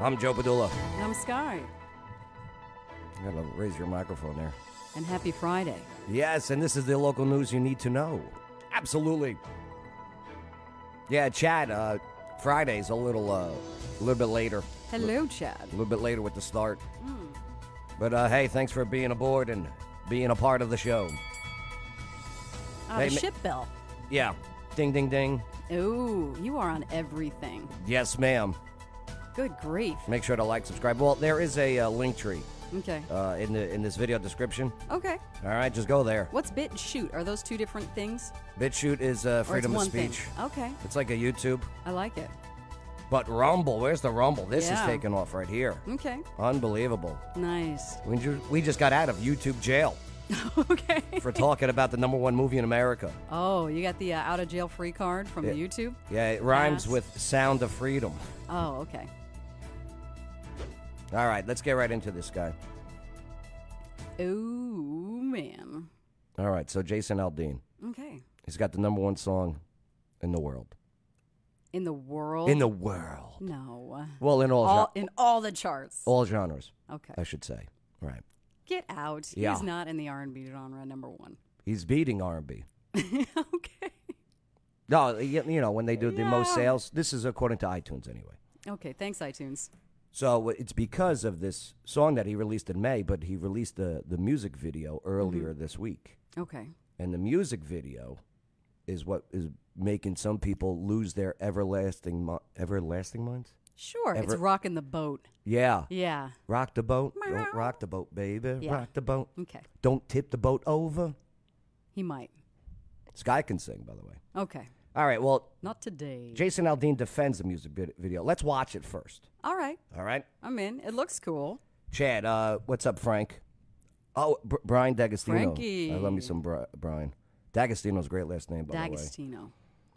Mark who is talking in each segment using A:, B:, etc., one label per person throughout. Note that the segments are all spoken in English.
A: I'm Joe Padula.
B: And I'm Sky.
A: You gotta raise your microphone there.
B: And happy Friday.
A: Yes, and this is the local news you need to know. Absolutely. Yeah, Chad. Uh, Friday's a little, uh, a little bit later.
B: Hello, Chad.
A: A little bit later with the start. But uh, hey, thanks for being aboard and being a part of the show.
B: Ah,
A: Hey,
B: the
A: ma-
B: ship bell.
A: Yeah. Ding, ding, ding.
B: Oh, you are on everything.
A: Yes, ma'am.
B: Good grief.
A: Make sure to like, subscribe. Well, there is a uh, link tree
B: Okay.
A: uh, in the in this video description.
B: Okay.
A: All right, just go there.
B: What's bit and shoot? Are those two different things?
A: BitChute is uh,
B: Or it's
A: freedom of
B: one
A: speech.
B: Thing? Okay.
A: It's like a YouTube,
B: I like it.
A: but Rumble. Where's the Rumble? This
B: Yeah.
A: is taking off right here.
B: Okay.
A: Unbelievable.
B: Nice.
A: We ju- we just got out of YouTube jail
B: okay.
A: for talking about the number one movie in America.
B: Oh, you got the uh, out of jail free card from
A: Yeah.
B: YouTube?
A: Yeah, it rhymes
B: Yes.
A: with Sound of Freedom.
B: Oh, okay.
A: All right, let's get right into this guy.
B: Oh, man.
A: All right, so Jason Aldean,
B: Okay.
A: he's got the number one song in the world.
B: In the world?
A: In the world.
B: No.
A: Well, in all
B: All,
A: gen-
B: in all the charts.
A: all genres,
B: Okay.
A: I should say. Right.
B: Get out.
A: Yeah.
B: He's not in the R&B genre number 1.
A: He's beating R&B.
B: okay.
A: No, y- you know when they do the most
B: Yeah.
A: sales. This is according to iTunes anyway.
B: Okay, thanks iTunes.
A: So it's because of this song that he released in May, but he released the, the music video earlier
B: Mm-hmm.
A: this week.
B: Okay.
A: And the music video is what is making some people lose their everlasting mi- everlasting minds.
B: Sure, it's
A: Ever-
B: rocking the boat.
A: Yeah.
B: Yeah.
A: Rock the boat.
B: Meow.
A: Don't rock the boat, baby.
B: Yeah.
A: Rock the boat.
B: Okay.
A: Don't tip the boat over.
B: He might.
A: Sky can sing, by the way.
B: Okay.
A: All right, well,
B: Not today.
A: Jason Aldean defends the music vid- video. Let's watch it first.
B: All right.
A: All right?
B: I'm in. It looks cool.
A: Chad, uh, what's up, Frank? Oh, Br- Brian D'Agostino.
B: Frankie.
A: I love me some Bri- Brian. D'Agostino's a great last name, by the way.
B: D'Agostino.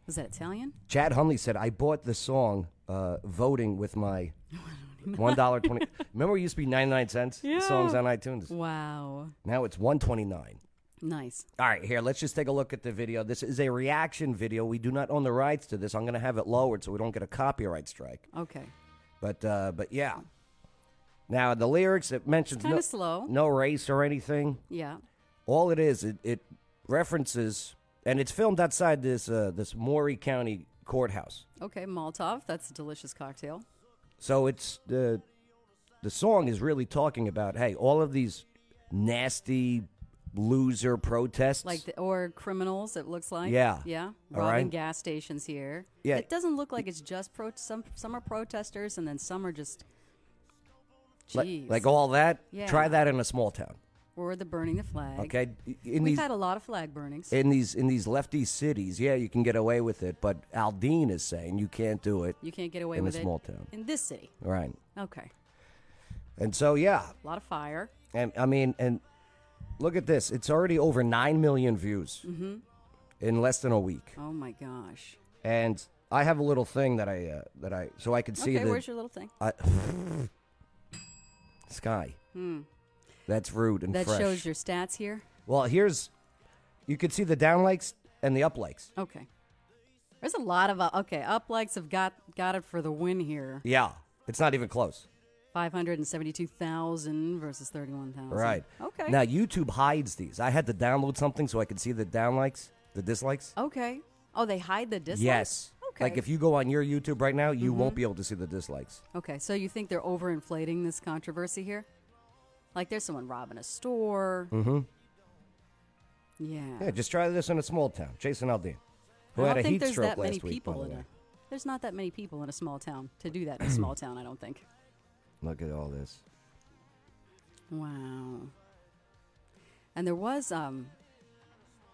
B: Was that Italian?
A: Chad Hunley said, I bought the song uh, voting with my $1.20. Remember, it used to be 99 cents? The Songs
B: Yeah.
A: on iTunes.
B: Wow.
A: Now it's 129
B: Nice.
A: all right, here, let's just take a look at the video. This is a reaction video. We do not own the rights to this. I'm going to have it lowered so we don't get a copyright strike.
B: Okay.
A: But uh, but yeah. Now, the lyrics, it mentions
B: Kind
A: no,
B: of slow.
A: no race or anything.
B: Yeah.
A: All it is, it, it references, and it's filmed outside this uh, this Maury County courthouse.
B: Okay, Molotov. That's a delicious cocktail.
A: So it's the the song is really talking about hey, all of these nasty loser protests.
B: Like the, or criminals, it looks like.
A: Yeah.
B: Yeah.
A: All
B: Robbing
A: right.
B: gas stations here.
A: Yeah.
B: It doesn't look like it's just pro. Some some are protesters, and then some are just.
A: like,
B: Jeez.
A: like all that. Try
B: Yeah.
A: that in a small town.
B: or the burning the flag.
A: Okay, in
B: We've
A: these
B: had a lot of flag burnings.
A: in these in these lefty cities, yeah, you can get away with it, but Aldine is saying you can't do it.
B: you can't get away
A: in a
B: with
A: small
B: it
A: town.
B: in this city.
A: Right.
B: Okay,
A: And so yeah,
B: a lot of fire.
A: and I mean, and look at this. It's already over nine million views
B: Mm-hmm.
A: in less than a week.
B: Oh my gosh.
A: And I have a little thing that I uh, that I so I could see
B: okay,
A: the
B: where's your little thing?
A: I, sky. That's rude and
B: Hmm. That
A: fresh.
B: shows your stats here.
A: well, here's you could see the down likes and the up likes.
B: Okay. There's a lot of uh, okay up likes have got got it for the win here.
A: Yeah, it's not even close.
B: Five hundred and seventy-two thousand versus thirty-one thousand.
A: Right.
B: Okay.
A: Now YouTube hides these. I had to download something so I could see the downlikes, the dislikes.
B: okay. Oh, they hide the dislikes.
A: Yes.
B: Okay. Mm-hmm.
A: Like if you go on your YouTube right now, you won't be able to see the dislikes.
B: okay, so you think they're overinflating this controversy here? Like there's someone robbing a store. Mm-hmm. Yeah.
A: Yeah, just try this in a small town. Jason Aldean, who
B: I
A: had
B: don't
A: a
B: think
A: heat
B: there's
A: stroke
B: that many
A: last week. by
B: people
A: the
B: in
A: way.
B: a, There's not that many people in a small town to do that in a small town, I don't think.
A: Look at all this.
B: Wow. And there was um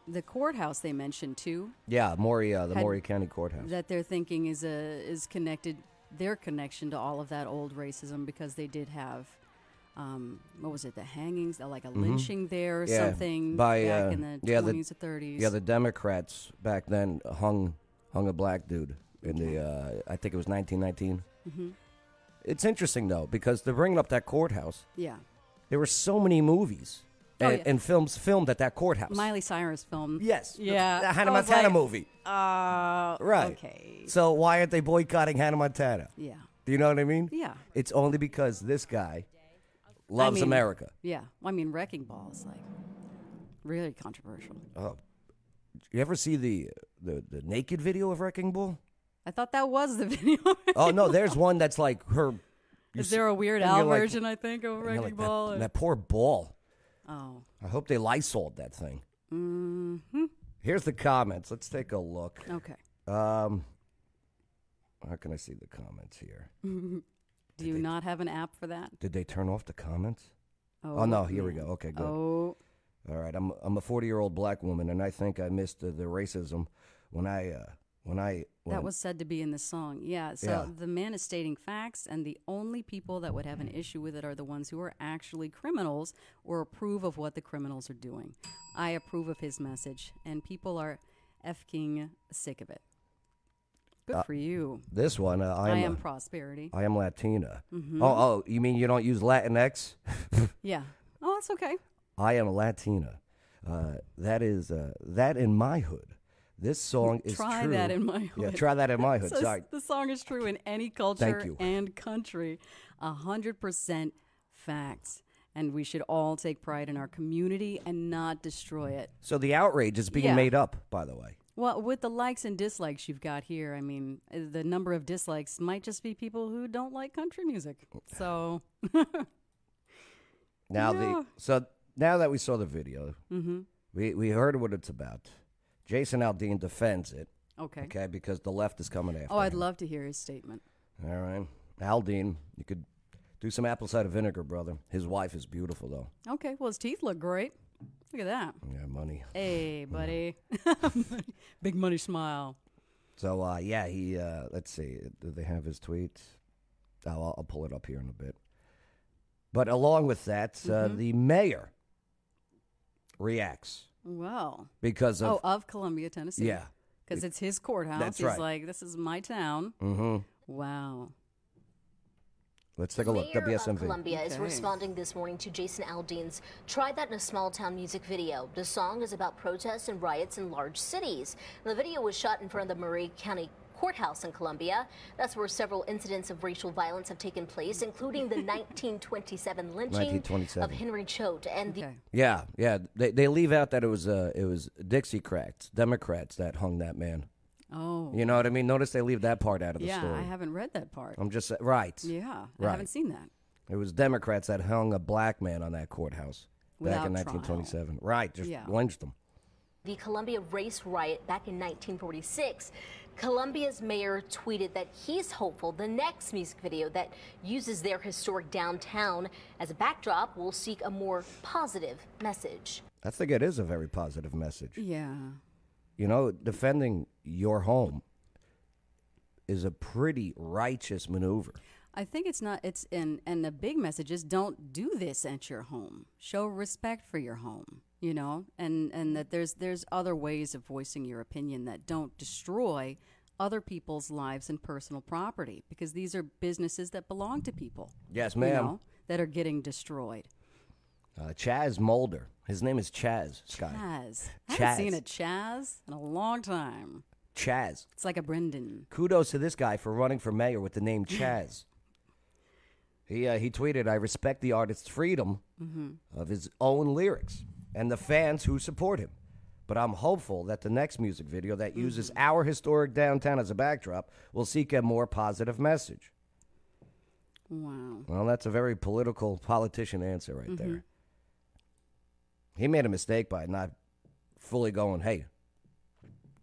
B: the courthouse they mentioned too
A: Yeah, Maury, uh, the
B: Had-
A: Maury County Courthouse.
B: that they're thinking is a is connected their connection to all of that old racism because they did have um, what was it the hangings uh, like a lynching there or
A: Mm-hmm. Yeah,
B: something
A: by,
B: back
A: uh,
B: in the
A: yeah, the-
B: 20s or 30s
A: yeah, the Democrats back then hung hung a black dude in the uh, I think it was 1919.
B: Mm-hmm.
A: It's interesting though because they're bringing up that courthouse.
B: yeah
A: There were so many movies
B: Oh,
A: and,
B: yeah.
A: and films filmed at that courtehouse.
B: Miley Cyrus film
A: yes.
B: yeah
A: The Hannah
B: I was
A: Montana
B: like,
A: movie.
B: uh,
A: Right.
B: okay
A: So why aren't they boycotting Hannah Montana?
B: yeah
A: Do you know what I mean?
B: Yeah.
A: It's only because this guy loves
B: mean-
A: America.
B: Yeah. Well, I mean, Wrecking Ball is like really controversial.
A: Oh, you ever see the the, the naked video of Wrecking Bull?
B: I thought that was the video.
A: Oh no, there's one that's like her. you
B: is
A: see-
B: there a Weird
A: and
B: Al
A: you're like-
B: version, I think, of
A: and you're
B: Wrecking
A: like, that-
B: Ball?
A: that,
B: and-
A: poor ball.
B: oh.
A: I hope they lysoled that thing.
B: Mm-hmm.
A: Here's the comments. Let's take a look.
B: Okay.
A: Um, how can I see the comments here?
B: Do you not have an app for that?
A: Did they turn off the comments? Oh, no, here we
B: man.
A: go. Okay, good.
B: Oh,
A: All right, I'm I'm a 40 year old black woman, and I think I missed uh, the racism when I uh, when I when,
B: that was said to be in the song. Yeah. So
A: Yeah.
B: the man is stating facts, and the only people that would have an issue with it are the ones who are actually criminals or approve of what the criminals are doing. I approve of his message, and people are effing sick of it. Good
A: Uh,
B: for you.
A: this one. Uh, I am
B: I
A: I
B: am prosperity.
A: I am Latina.
B: Mm-hmm.
A: Oh oh, you mean you don't use Latinx?
B: yeah. Oh, that's okay.
A: I am Latina. Uh, that is uh, that in my hood. This song is
B: try
A: true.
B: that in my
A: Yeah,
B: hood.
A: try that in my hood.
B: So s-
A: Sorry.
B: The song is true in any culture
A: you.
B: and country. A hundred percent facts. And we should all take pride in our community and not destroy it.
A: So the outrage is being
B: Yeah.
A: made up, by the way.
B: Well, with the likes and dislikes you've got here, I mean, uh, the number of dislikes might just be people who don't like country music.
A: Oh.
B: So,
A: Now
B: Yeah. Mm-hmm.
A: the so now that we saw the video, we we heard what it's about. Jason Aldean defends it,
B: okay.
A: okay, because the left is coming after.
B: Oh, I'd
A: him.
B: love to hear his statement.
A: All right, Aldean, you could do some apple cider vinegar, brother. His wife is beautiful, though.
B: Okay. Well, his teeth look great. Look at that.
A: Yeah, money.
B: Hey, buddy. Big money smile.
A: So uh, yeah, he. Uh, let's see. Do they have his tweet? Oh, I'll, I'll pull it up here in a bit. But along with that,
B: Mm-hmm.
A: uh, the mayor reacts
B: Wow.
A: because of
B: oh, of Columbia, Tennessee.
A: yeah.
B: Because it's his courthouse.
A: That's
B: He's
A: right.
B: like, this is my town.
A: Mm-hmm.
B: Wow.
A: Let's take a look.
C: Mayor of
A: WSMV.
C: Columbia is
B: Okay.
C: responding this morning to Jason Aldean's "Try That in a Small Town" music video. The song is about protests and riots in large cities. The video was shot in front of the Murray County Courthouse in Columbia. That's where several incidents of racial violence have taken place, including the 1927 lynching of
A: 1927.
C: Henry Choate and the
B: Okay.
A: Yeah, yeah. They they leave out that it was uh it was Dixiecrats, Democrats that hung that man.
B: Oh.
A: You know what I mean? Notice they leave that part out of the
B: Yeah,
A: story.
B: I haven't read that part.
A: I'm just sa- right.
B: yeah. I
A: Right.
B: haven't seen that.
A: It was Democrats that hung a black man on that courthouse back in
B: Without trial.
A: 1927. Right, just
B: Yeah.
A: lynched him.
C: the Columbia race riot back in 1946, Columbia's mayor tweeted that he's hopeful the next music video that uses their historic downtown as a backdrop will seek a more positive message.
A: I think it is a very positive message.
B: Yeah.
A: You know, defending your home is a pretty righteous maneuver.
B: I think it's not, it's, and, and the big message is don't do this at your home. Show respect for your home, you know, and, and that there's, there's other ways of voicing your opinion that don't destroy other people's lives and personal property because these are businesses that belong to people,
A: Yes,
B: you
A: ma'am.
B: know, that are getting destroyed.
A: Uh, Chaz Mulder. His name is Chaz Sky.
B: Chaz. I haven't seen
A: Chaz.
B: a Chaz in a long time.
A: Chaz.
B: It's like a Brendan.
A: Kudos to this guy for running for mayor with the name Chaz. he uh, he tweeted, "I respect the artist's freedom of his own lyrics and the fans who support him, but I'm hopeful that the next music video that uses our historic downtown as a backdrop will seek a more positive message."
B: Wow.
A: Well, that's a very political politician answer right
B: Mm-hmm.
A: there. He made a mistake by not fully going, "Hey,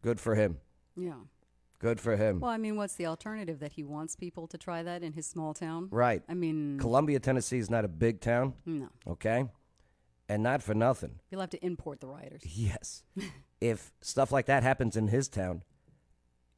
A: good for him,
B: Yeah.
A: good for him."
B: Well, I mean, what's the alternative that he wants people to try that in his small town?
A: right.
B: I mean,
A: Columbia, Tennessee is not a big town.
B: no.
A: okay? And not for nothing.
B: You'll have to import the rioters.
A: Yes. if stuff like that happens in his town,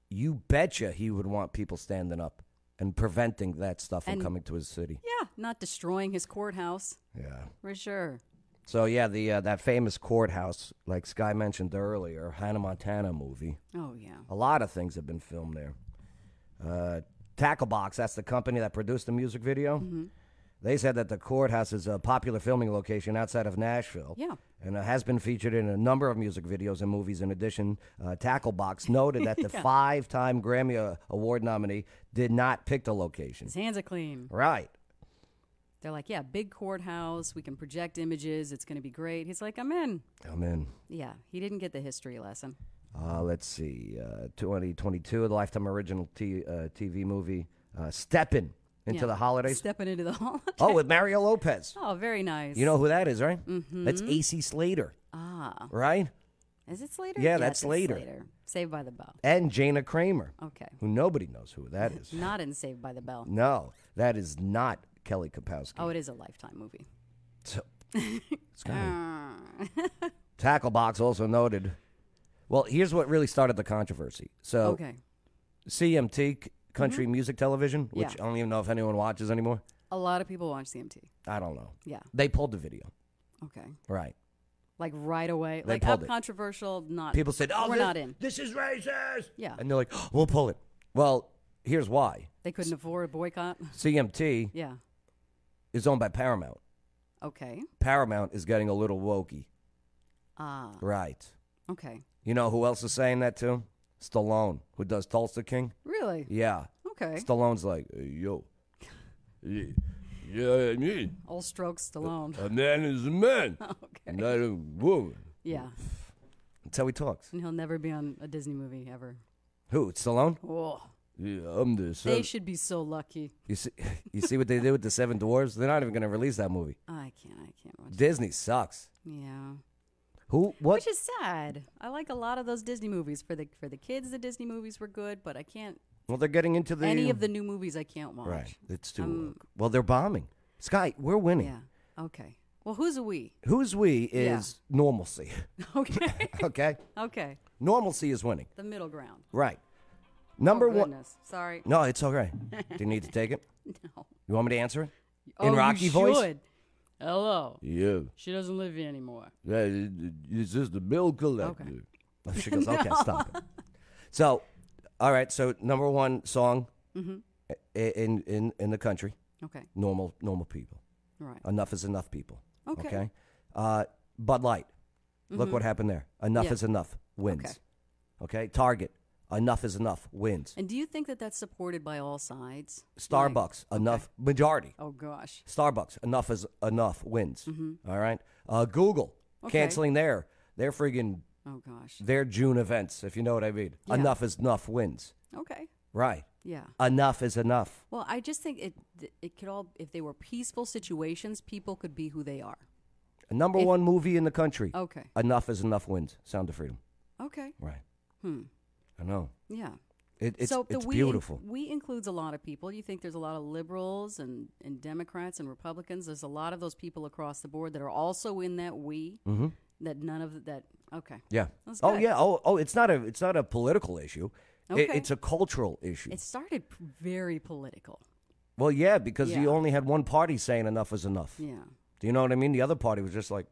A: you betcha he would want people standing up and preventing that stuff from
B: And-
A: coming to his city.
B: Yeah, not destroying his courthouse
A: Yeah.
B: for sure.
A: So yeah, the uh, that famous courthouse, like Sky mentioned earlier, Hannah Montana movie.
B: Oh yeah.
A: A lot of things have been filmed there. Uh, Tackle Box, that's the company that produced the music video. They said that the courthouse is a popular filming location outside of Nashville.
B: Yeah.
A: and uh, has been featured in a number of music videos and movies. In addition, uh, Tacklebox noted that the five-time Grammy uh, Award nominee did not pick the location.
B: His hands are clean.
A: Right.
B: They're like, yeah, big courthouse. We can project images. It's going to be great. He's like, I'm in.
A: I'm in.
B: Yeah, he didn't get the history lesson.
A: Uh, let's see, uh, 2022, the Lifetime Original t- uh, TV movie, uh, Steppin' into
B: Yeah.
A: the Holidays.
B: Stepping into the hall.
A: oh, with Mario Lopez.
B: oh, very nice.
A: You know who that is, right? Mm-hmm. That's AC Slater,
B: ah,
A: right?
B: is it Slater?
A: Yeah,
B: Yes,
A: that's
B: it's
A: Slater.
B: Saved by the Bell.
A: And Jana Kramer,
B: Okay,
A: who nobody knows who that is.
B: not in Saved by the Bell.
A: no, that is not Kelly Kapowski.
B: Oh, it is a Lifetime movie. Ah.
A: So, it's
B: Uh.
A: kinda- Tacklebox also noted. Well, here's what really started the controversy. So
B: Okay, Mm-hmm.
A: CMT, c- Country Music Television, which
B: Yeah.
A: I don't even know if anyone watches anymore.
B: a lot of people watch CMT.
A: I don't know.
B: Yeah.
A: They pulled the video.
B: Okay,
A: Right.
B: like right away.
A: They
B: like
A: pulled
B: up
A: it.
B: controversial. Not
A: People said, "Oh,
B: we're
A: this,
B: not in.
A: This is racist."
B: Yeah.
A: And they're like, "We'll pull it." Well, here's why.
B: They couldn't afford a boycott.
A: CMT
B: yeah.
A: is owned by Paramount.
B: Okay.
A: Paramount is getting a little wokey.
B: Ah.
A: Right.
B: Okay.
A: You know who else is saying that to? Stallone, who does Tulsa King.
B: Really?
A: Yeah.
B: Okay.
A: Stallone's like, "Hey, yo, yeah, yeah, I mean,
B: All strokes Stallone.
A: a man is a man,
B: Uh, okay.
A: not a woman.
B: Yeah.
A: That's how he talks.
B: And he'll never be on a Disney movie ever.
A: Who? Stallone?
B: Oh,
A: Yeah, I'm the
B: they
A: seven.
B: should be so lucky.
A: you see, you see what they did with the Seven Dwarves? They're not even going to release that movie.
B: I can't. I can't watch.
A: Disney sucks.
B: Yeah.
A: Who? What?
B: Which is sad. I like a lot of those Disney movies. For the for the kids, the Disney movies were good, but I can't.
A: well, they're getting into the
B: any of the new movies I can't watch.
A: um, right. It's too woke. well. They're bombing. Sky, we're winning.
B: Yeah. Okay. Well, who's a we?
A: Who's we is normalcy.
B: Okay.
A: okay,
B: okay.
A: normalcy is winning.
B: The middle ground.
A: Right. Number
B: oh,
A: one.
B: goodness. Sorry.
A: No, it's okay. Do you need to take it?
B: No.
A: You want me to answer it?
B: Oh,
A: In
B: you
A: Rocky voice?
B: should. Hello.
A: Yeah.
B: She doesn't live here anymore.
A: It's just the bill collector.
B: Okay.
A: Oh, She goes, okay, stop it. So, all right. So, number one song
B: Mm-hmm.
A: i- in, in, in the country,
B: Okay.
A: normal normal people.
B: Right.
A: Enough is enough people.
B: Okay. Mm-hmm.
A: Uh, Bud Light. Look what happened there. Enough
B: Yeah.
A: is enough wins. Okay. Target. Enough is enough wins.
B: And do you think that that's supported by all sides? Like-
A: Starbucks. Enough majority.
B: oh gosh.
A: Starbucks, enough is enough wins. All right. Uh, Google
B: Mm-hmm. Okay.
A: canceling their their friggin'
B: Oh gosh.
A: their June events, if you know what I mean.
B: Yeah.
A: Enough is enough wins.
B: Okay.
A: Right.
B: Yeah.
A: Enough is enough.
B: Well, I just think it th- it could all if they were peaceful situations, people could be who they are.
A: Number
B: If- Oh.
A: one movie in the country.
B: Okay.
A: Enough is enough wins. Sound of freedom.
B: Okay.
A: Right.
B: Hmm.
A: I know.
B: Yeah.
A: It, it's
B: so the
A: it's
B: we in-
A: beautiful.
B: we includes a lot of people. You think there's a lot of liberals and, and Democrats and Republicans. There's a lot of those people across the board that are also in that we
A: Mm-hmm.
B: that none of that. Okay.
A: yeah.
B: That's
A: Oh
B: good.
A: yeah. Oh oh. It's not a it's not a political issue. It-
B: Okay.
A: it's a cultural issue.
B: It started p- very political.
A: well, yeah, because
B: Yeah.
A: you only had one party saying enough is enough.
B: Yeah.
A: Do you know what I mean? The other party was just like,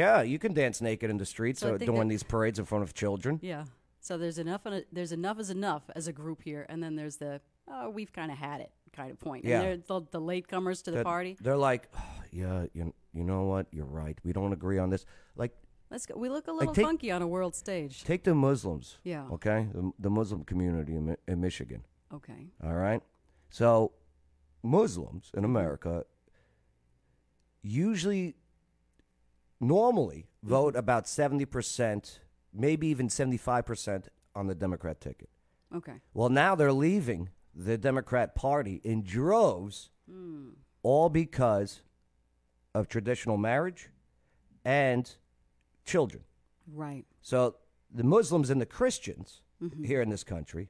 A: yeah, you can dance naked in the streets
B: So I
A: uh,
B: think
A: doing
B: that-
A: these parades in front of children.
B: Yeah. So there's enough. and There's enough is enough as a group here, and then there's the oh, we've kind of had it kind of point.
A: Yeah.
B: And they're the, the latecomers to the
A: That-
B: party.
A: They're like, "Oh, yeah, you, you know what? You're right. We don't agree on this. Like,
B: Let's go. We look a little
A: take-
B: funky on a world stage.
A: take the Muslims.
B: Yeah.
A: Okay? The, the Muslim community in, Mi- in Michigan.
B: Okay.
A: All right? So, Muslims in America usually, normally, vote about 70%, maybe even 75% on the Democrat ticket.
B: Okay.
A: Well, now they're leaving the Democrat Party in droves, all because of traditional marriage and children.
B: Right.
A: So the Muslims and the Christians
B: Mm-hmm.
A: here in this country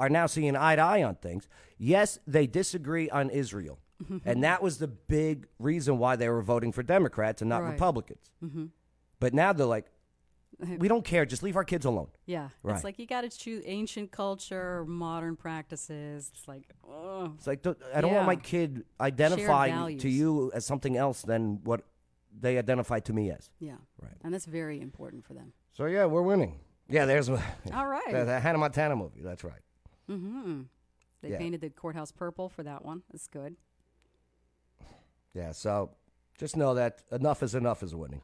A: are now seeing eye to eye on things. Yes, they disagree on Israel.
B: Mm-hmm.
A: and that was the big reason why they were voting for Democrats and not
B: Right. Mm-hmm.
A: Republicans. But now they're like, we don't care. Just leave our kids alone.
B: Yeah.
A: Right.
B: It's like you got to choose ancient culture, modern practices. It's like, oh,
A: It's like don't- I don't want
B: Yeah.
A: my kid identifying
B: values.
A: to you as something else than what they identify to me as.
B: yeah.
A: Right.
B: And that's very important for them.
A: So yeah, we're winning. Yeah, there's all
B: All right. Mm-hmm.
A: The, the Hannah Montana movie. That's right.
B: They
A: Yeah.
B: painted the courthouse purple for that one. That's good.
A: Yeah. So just know that enough is enough is winning.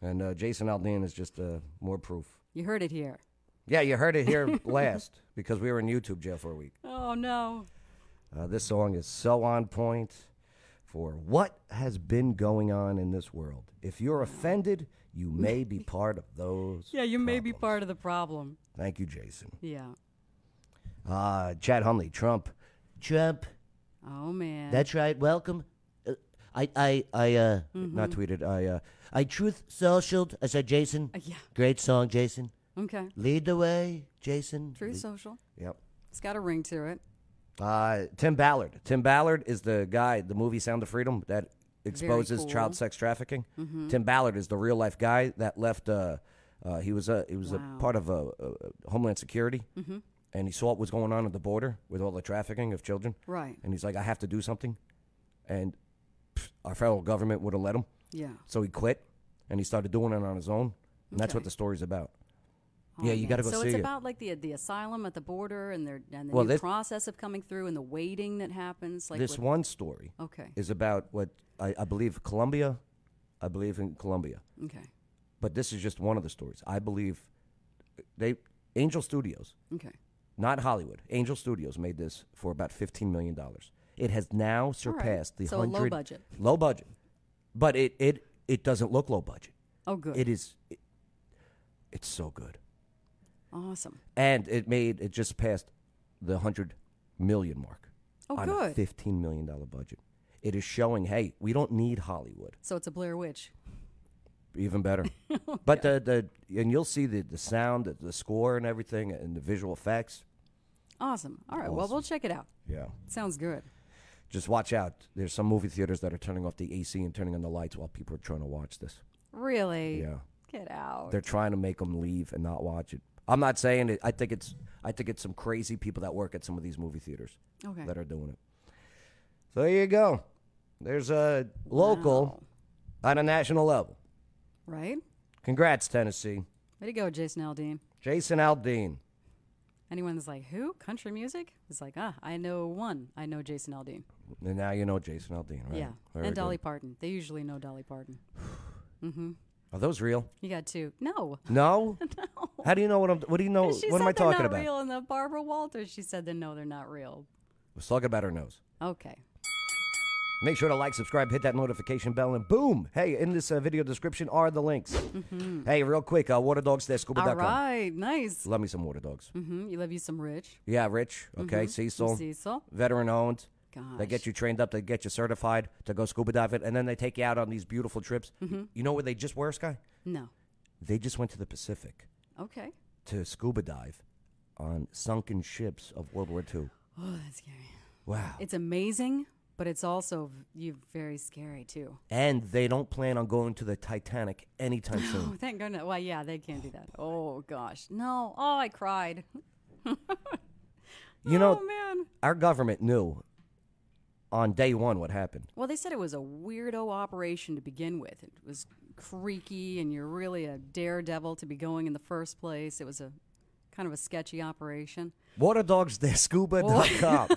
A: And uh, Jason Aldean is just uh, more proof.
B: You heard it here.
A: Yeah, you heard it here last because we were in YouTube jail for a week.
B: Oh no.
A: Uh, this song is so on point for what has been going on in this world. If you're offended, you may be part of those.
B: Yeah, you may be
A: problems.
B: part of the problem.
A: Thank you, Jason.
B: Yeah.
A: Uh, Chad Hunley, Trump. Trump.
B: Oh man.
A: That's right. Welcome. Uh, I I I uh
B: Mm-hmm.
A: not tweeted. I uh I truth socialed. I said Jason.
B: Uh, yeah.
A: Great song, Jason.
B: okay.
A: Lead the way, Jason.
B: Truth
A: Lead-
B: Social.
A: Yep.
B: It's got a ring to it.
A: Uh, Tim Ballard. Tim Ballard is the guy, the movie Sound of Freedom that exposes
B: cool. Mm-hmm.
A: child sex trafficking. Tim Ballard is the real life guy that left. Uh, uh, he was a he was a part of uh uh Homeland Security,
B: Mm-hmm.
A: and he saw what was going on at the border with all the trafficking of children.
B: Right.
A: And he's like, I have to do something, and pff, our federal government would have let him,
B: Yeah.
A: so he quit, and he started doing it on his own, and that's what
B: Okay.
A: the story's about.
B: Oh,
A: yeah, you
B: man.
A: got to go
B: So
A: see
B: it's
A: it.
B: about like the the asylum at the border and their and the
A: Well,
B: new
A: this-
B: process of coming through and the waiting that happens. Like
A: this
B: with-
A: one story
B: Okay.
A: is about what I, I believe Colombia, I believe in Colombia.
B: Okay.
A: but this is just one of the stories. I believe they Angel Studios,
B: Okay.
A: not Hollywood. Angel Studios made this for about fifteen million dollars. It has now surpassed the
B: So a low
A: hundred
B: budget.
A: low budget, but it it it doesn't look low budget.
B: Oh, good.
A: It is it, it's so good,
B: awesome.
A: and it made it just passed the hundred million mark
B: Oh,
A: on a
B: good.
A: fifteen million dollar budget. It is showing, hey, we don't need Hollywood.
B: So it's a Blair Witch.
A: even better. but the the and you'll see the the sound, the, the score, and everything, and the visual effects.
B: Awesome. All right. Well, we'll check it out.
A: Yeah.
B: Sounds good.
A: Just watch out. There's some movie theaters that are turning off the AC and turning on the lights while people are trying to watch this.
B: Really?
A: Yeah.
B: Get out.
A: They're trying to make them leave and not watch it. I'm not saying it. I think it's I think it's some crazy people that work at some of these movie theaters
B: okay.
A: that are doing it. So there you go. There's a local on a national level.
B: Right?
A: Congrats, Tennessee.
B: Way to go, Jason Aldean.
A: Jason Aldean.
B: Anyone that's like, who? Country music? It's like, ah, I know one. I know Jason Aldean.
A: And now you know Jason Aldean, right?
B: Yeah.
A: Very
B: and
A: good.
B: Dolly Parton. They usually know Dolly Parton.
A: Are those real?
B: You got two. No.
A: No. How do you know what I'm? What do you know?
B: She
A: Oh, what am
B: said
A: I
B: they're
A: talking
B: not
A: about?
B: real. And the Barbara Walters, she said that no, they're not real.
A: I was talking about her nose.
B: Okay.
A: Make sure to like, subscribe, hit that notification bell, and boom! Hey, in this uh, video description are the links. Hey, real quick, uh, waterdogs.scuba.com.
B: Mm-hmm. All right. Nice.
A: Love me some water dogs.
B: hmm You love you some Rich.
A: Yeah, Rich.
B: Mm-hmm.
A: Okay, Cecil.
B: Cecil.
A: Veteran owned. They
B: Gosh.
A: get you trained up. They get you certified to go scuba diving, and then they take you out on these beautiful trips.
B: Mm-hmm.
A: You know where they just were, Sky?
B: No.
A: They just went to the Pacific
B: Okay.
A: to scuba dive on sunken ships of World War II.
B: Oh, that's scary.
A: Wow.
B: It's amazing, but it's also v- you very scary too.
A: and they don't plan on going to the Titanic anytime
B: Oh,
A: soon.
B: thank goodness. Well, yeah, they can't do that. Oh gosh, no. Oh, I cried.
A: You know,
B: oh man.
A: our government knew on day one what happened.
B: Well, they said it was a weirdo operation to begin with. It was creaky, and you're really a daredevil to be going in the first place. It was a kind of a sketchy operation.
A: Waterdogs.scuba.com.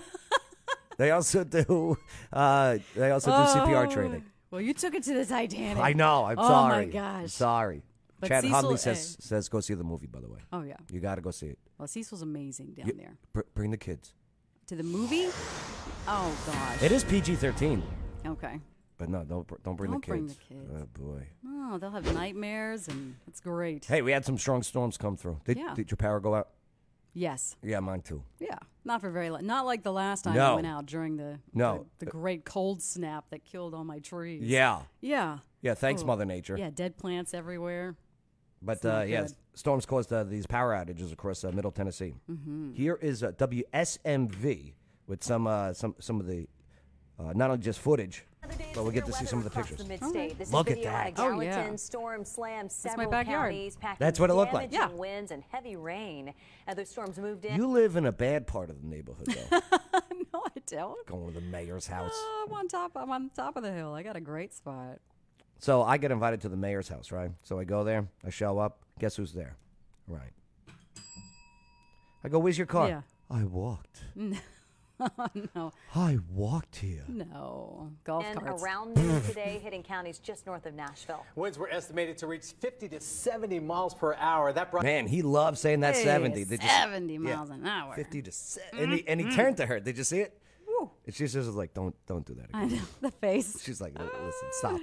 A: they also do. Uh, they also do CPR training.
B: Oh, Well, you took it to the Titanic.
A: I know. I'm
B: oh,
A: sorry.
B: my
A: I'm
B: gosh.
A: sorry.
B: But
A: Chad
B: Cecil
A: Hundley
B: A.
A: says says go see the movie. By the way,
B: oh yeah.
A: you got to go see it.
B: Well, Cecil's amazing down there.
A: Br- bring the kids.
B: To the movie. Oh gosh.
A: It is PG-13,
B: Okay.
A: but no, don't br- don't bring
B: Don't
A: the kids.
B: bring the kids.
A: Oh boy.
B: Oh, they'll have nightmares, and it's great.
A: Hey, we had some strong storms come through. Did,
B: Yeah.
A: did your power go out?
B: Yes.
A: Yeah, mine too.
B: Yeah. Not for very long. Not like the last time I
A: No.
B: went out during the
A: No.
B: the, the great cold snap that killed all my trees.
A: Yeah.
B: Yeah.
A: Yeah, thanks, Mother Nature.
B: Oh, Yeah. Dead plants everywhere.
A: but
B: it's not
A: uh, yeah,
B: good.
A: storms caused uh, these power outages across uh, Middle Tennessee. Mm-hmm. is uh, WSMV with some uh, some some of the uh, not only just footage, but we get to see some of the pictures.
D: This
A: Look at
D: is video
A: that.
D: Out of
B: Oh,
D: Gallatin,
B: yeah.
D: Storm slammed
B: my
D: several
B: backyard.
D: counties, packing
A: That's what it looked like.
D: damaging
B: Yeah.
D: winds and heavy rain. Other storms moved in.
A: You live in a bad part of the neighborhood, though.
B: no, I don't.
A: going to the mayor's house.
B: Oh, I'm on top. I'm on top of the hill. I got a great spot.
A: So I get invited to the mayor's house, right? So I go there, I show up. Guess who's there? Right. I go, where's your car?
B: Yeah.
A: I walked.
B: no,
A: I walked here.
B: no. Golf
D: and
B: carts.
D: around noon today, hitting counties just north of Nashville.
E: Winds were estimated to reach 50 to 70 miles per hour. That brought
A: Man, he loves saying that
B: Hey,
A: 70. Did you see-
B: 70 miles an hour. Mm-hmm.
A: 50 to se- and, he, and he turned to her. Did you see it? And she's just like, don't don't do that
B: I
A: again.
B: know the face.
A: She's like, "Li- listen, stop it.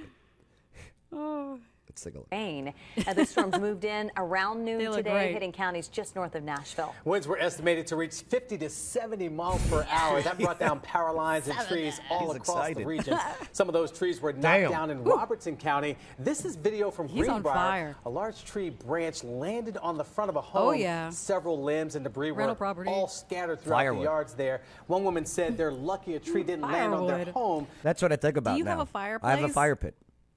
B: Oh.
A: Let's take a look.
D: Rain. Uh, the storms moved in around noon
B: They look
D: today,
B: great.
D: hitting counties just north of Nashville.
E: winds were estimated to reach 50 to 70 miles per hour. That brought down power lines and trees all
A: He's
E: across
A: excited.
E: the region. Some of those trees were knocked
A: Damn.
E: down in Robertson County. This is video from
B: He's on fire.
E: Greenbrier. A large tree branch landed on the front of a home.
B: Oh, yeah.
E: Several limbs and debris
B: Rental
E: were
B: property.
E: all scattered throughout
A: Firewood.
E: the yards there. One woman said they're lucky a tree didn't land on
B: Firewood.
E: their home.
A: That's what I think about
B: you have
A: now.
B: a fireplace?
A: I have a fire pit.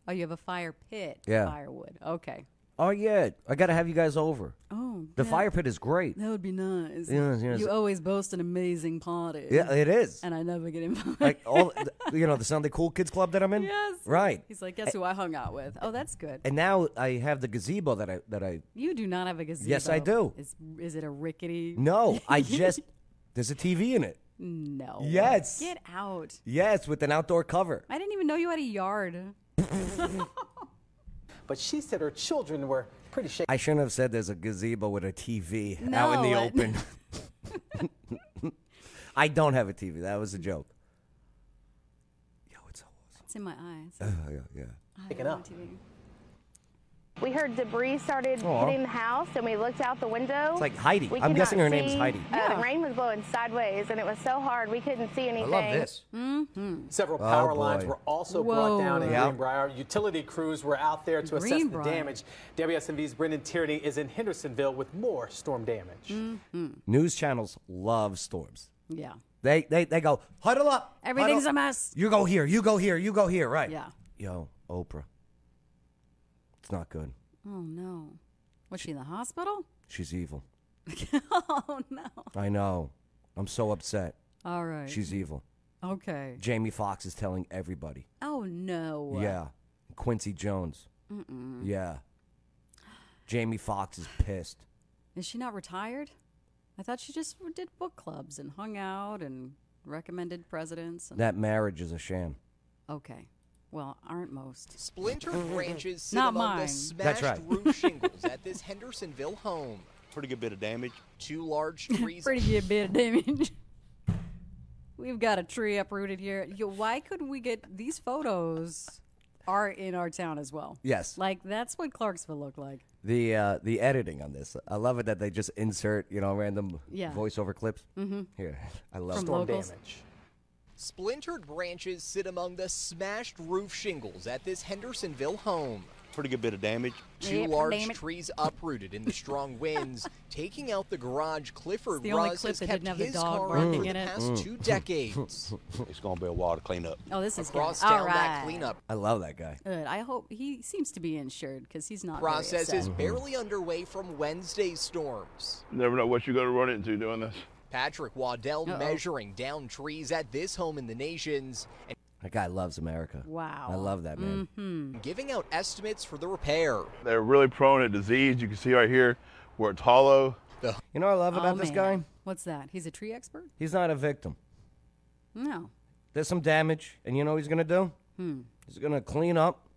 B: Oh, you have a fire pit.
A: Yeah.
B: Firewood. Okay.
A: Oh, yeah. I got to have you guys over.
B: Oh,
A: The
B: yeah.
A: fire pit is great.
B: That would be nice.
A: Yes, yes.
B: You always boast an amazing party.
A: Yeah, it is.
B: And I never get invited.
A: Like all, the, you know, the Sunday Cool Kids Club that I'm in.
B: yes.
A: Right.
B: He's like, guess who I hung out with? Oh, that's good.
A: And now I have the gazebo that I that I
B: You do not have a gazebo.
A: Yes, I do.
B: Is, is it a rickety?
A: no. I just there's a TV in it.
B: No.
A: Yes.
B: Get out.
A: Yes, with an outdoor cover.
B: I didn't even know you had a yard.
E: But she said her children were pretty shaken.
A: I shouldn't have said there's a gazebo with a TV out in the
B: No.
A: open. I don't have a TV. That was a joke. Yo, it's so
B: It's in my eyes.
A: awesome. Oh, yeah, yeah.
E: Pick it up.
F: We heard debris started
A: Aw.
F: hitting the house, and we looked out the window.
A: It's like Heidi.
F: We
A: I'm
F: could
A: guessing
F: not
A: her name's
F: see-
A: Heidi.
F: Uh,
B: Yeah.
F: The rain was blowing sideways, and it was so hard we couldn't see anything.
A: I love this.
E: Several power
A: boy.
E: lines were also brought down in
A: Whoa. Yeah.
E: Greenbrier. Utility crews were out there to assess
B: Greenbrier.
E: the damage. WSMV's Brendan Tierney is in Hendersonville with more storm damage.
A: News channels love storms.
B: Yeah.
A: They they they go huddle up. huddle-
B: Everything's a mess.
A: You go here. You go here. You go here. Right.
B: Yeah.
A: Yo, Oprah. It's not good.
B: Oh, no. Was she in the hospital?
A: She's evil.
B: oh, no.
A: I know. I'm so upset.
B: All right.
A: She's evil.
B: okay.
A: Jamie Foxx is telling everybody.
B: Oh, no.
A: Yeah. Quincy Jones. Yeah. Jamie Foxx is pissed.
B: Is she not retired? I thought she just did book clubs and hung out and recommended presidents. And,
A: That marriage is a sham.
B: okay. Well, aren't most.
G: Splinter branches sit
B: Not
G: among
B: mine.
G: the
A: Mm, That's
G: smashed
A: right.
G: roof shingles at this Hendersonville home.
H: pretty good bit of damage.
G: Two large trees.
B: Pretty good bit of damage. We've got a tree uprooted here. Yo, why couldn't we get these photos? Are in our town as well.
A: Yes.
B: Like that's what Clarksville looked like.
A: The uh, the editing on this, I love it that they just insert you know random
B: Yeah.
A: voiceover clips. Mm-hmm. Here, I love
B: From
A: it.
E: Storm
B: Locals.
E: damage.
G: Splintered branches sit among the smashed roof shingles at this Hendersonville home.
H: Pretty good bit of damage.
G: Two
B: Yep,
G: large
B: damn it.
G: trees uprooted in the strong winds, taking out the garage. Clifford
B: the only
G: Russ
B: clip
G: has
B: that
G: kept
B: didn't have the
G: his
B: dog
G: car
B: barking
G: for the
B: in it.
G: past
A: Mm.
G: two decades.
H: It's gonna be a while to clean up.
B: Oh, this is
G: Across
B: good. All
G: town,
B: right.
G: that cleanup
A: I love that guy.
B: Good. I hope he seems to be insured because he's not. very
G: process is
B: upset.
G: barely underway from Wednesday's storms.
I: Never know uh, what you're going to run into doing this.
G: Patrick Waddell
B: Uh-oh.
G: measuring down trees at this home in the nation's
A: That guy loves America.
B: Wow. Mm-hmm.
A: I love that man.
G: and giving out estimates for the repair.
I: They're really prone to disease. You can see right here where it's hollow.
A: You know what I love
B: Oh,
A: about this
B: man.
A: guy?
B: What's that? He's a tree expert?
A: He's not a victim.
B: No.
A: There's some damage, and you know what he's gonna do?
B: Hmm.
A: He's gonna clean up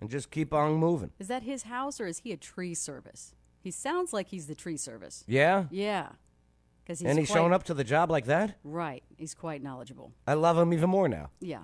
A: and just keep on moving.
B: Is that his house or is he a tree service? He sounds like he's the tree service.
A: Yeah.
B: Yeah. Because he's
A: and he's
B: quite,
A: showing up to the job like that.
B: Right. He's quite knowledgeable.
A: I love him even more now.
B: Yeah.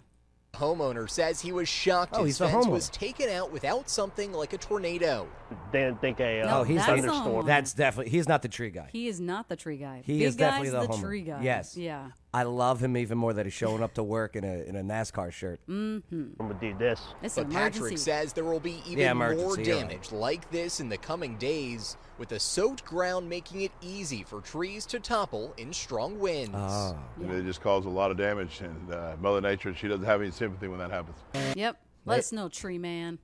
G: Homeowner says he was shocked
A: Oh, he's
G: his
A: the
G: fence
A: homeowner.
G: was taken out without something like a tornado.
J: didn't think a
B: No,
J: uh,
A: oh, he's
B: that's
A: the-
B: the homeowner.
A: That's definitely he's not the tree guy.
B: He is not the tree guy.
A: He
B: Big
A: is definitely
B: guy's
A: the homeowner.
B: tree guy.
A: Yes.
B: Yeah.
A: I love him even more that he's showing up to work in a in a NASCAR shirt.
B: Mm.
J: I'm gonna do this.
B: It's
G: But
B: an
G: Patrick
B: emergency.
G: says there will be even
A: Yeah,
G: more
A: emergency, you're right.
G: damage like this in the coming days, with the soaked ground making it easy for trees to topple in strong winds.
A: Ah.
I: You know, They just cause a lot of damage, and uh, Mother Nature she doesn't have any sympathy when that happens. A
B: yep. Let us know, tree man.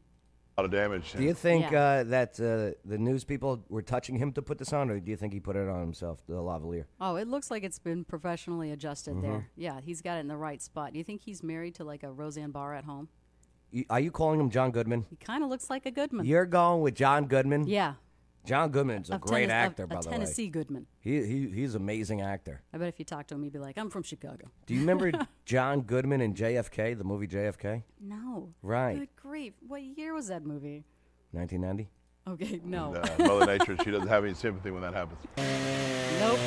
I: lot of damage.
A: Do you think
B: Yeah.
A: uh, that uh, the news people were touching him to put this on, or do you think he put it on himself, the lavalier?
B: Oh, it looks like it's been professionally adjusted
A: Mm-hmm.
B: there. Yeah, he's got it in the right spot. Do you think he's married to like a Roseanne Barr at home?
A: You- Are you calling him John Goodman?
B: He kind of looks like a Goodman.
A: You're going with John Goodman?
B: Yeah.
A: John Goodman's a
B: Of
A: great
B: Tennes- of-
A: actor,
B: of
A: by the
B: Tennessee
A: way.
B: Goodman.
A: He, he he's an amazing actor.
B: I bet if you talk to him, he'd be like, "I'm from Chicago."
A: Do you remember John Goodman in JFK, the movie JFK?
B: No.
A: Right.
B: Good grief! What year was that movie?
A: 1990.
B: Okay, no.
I: And, uh, Mother Nature, she doesn't have any sympathy when that happens.
B: Nope.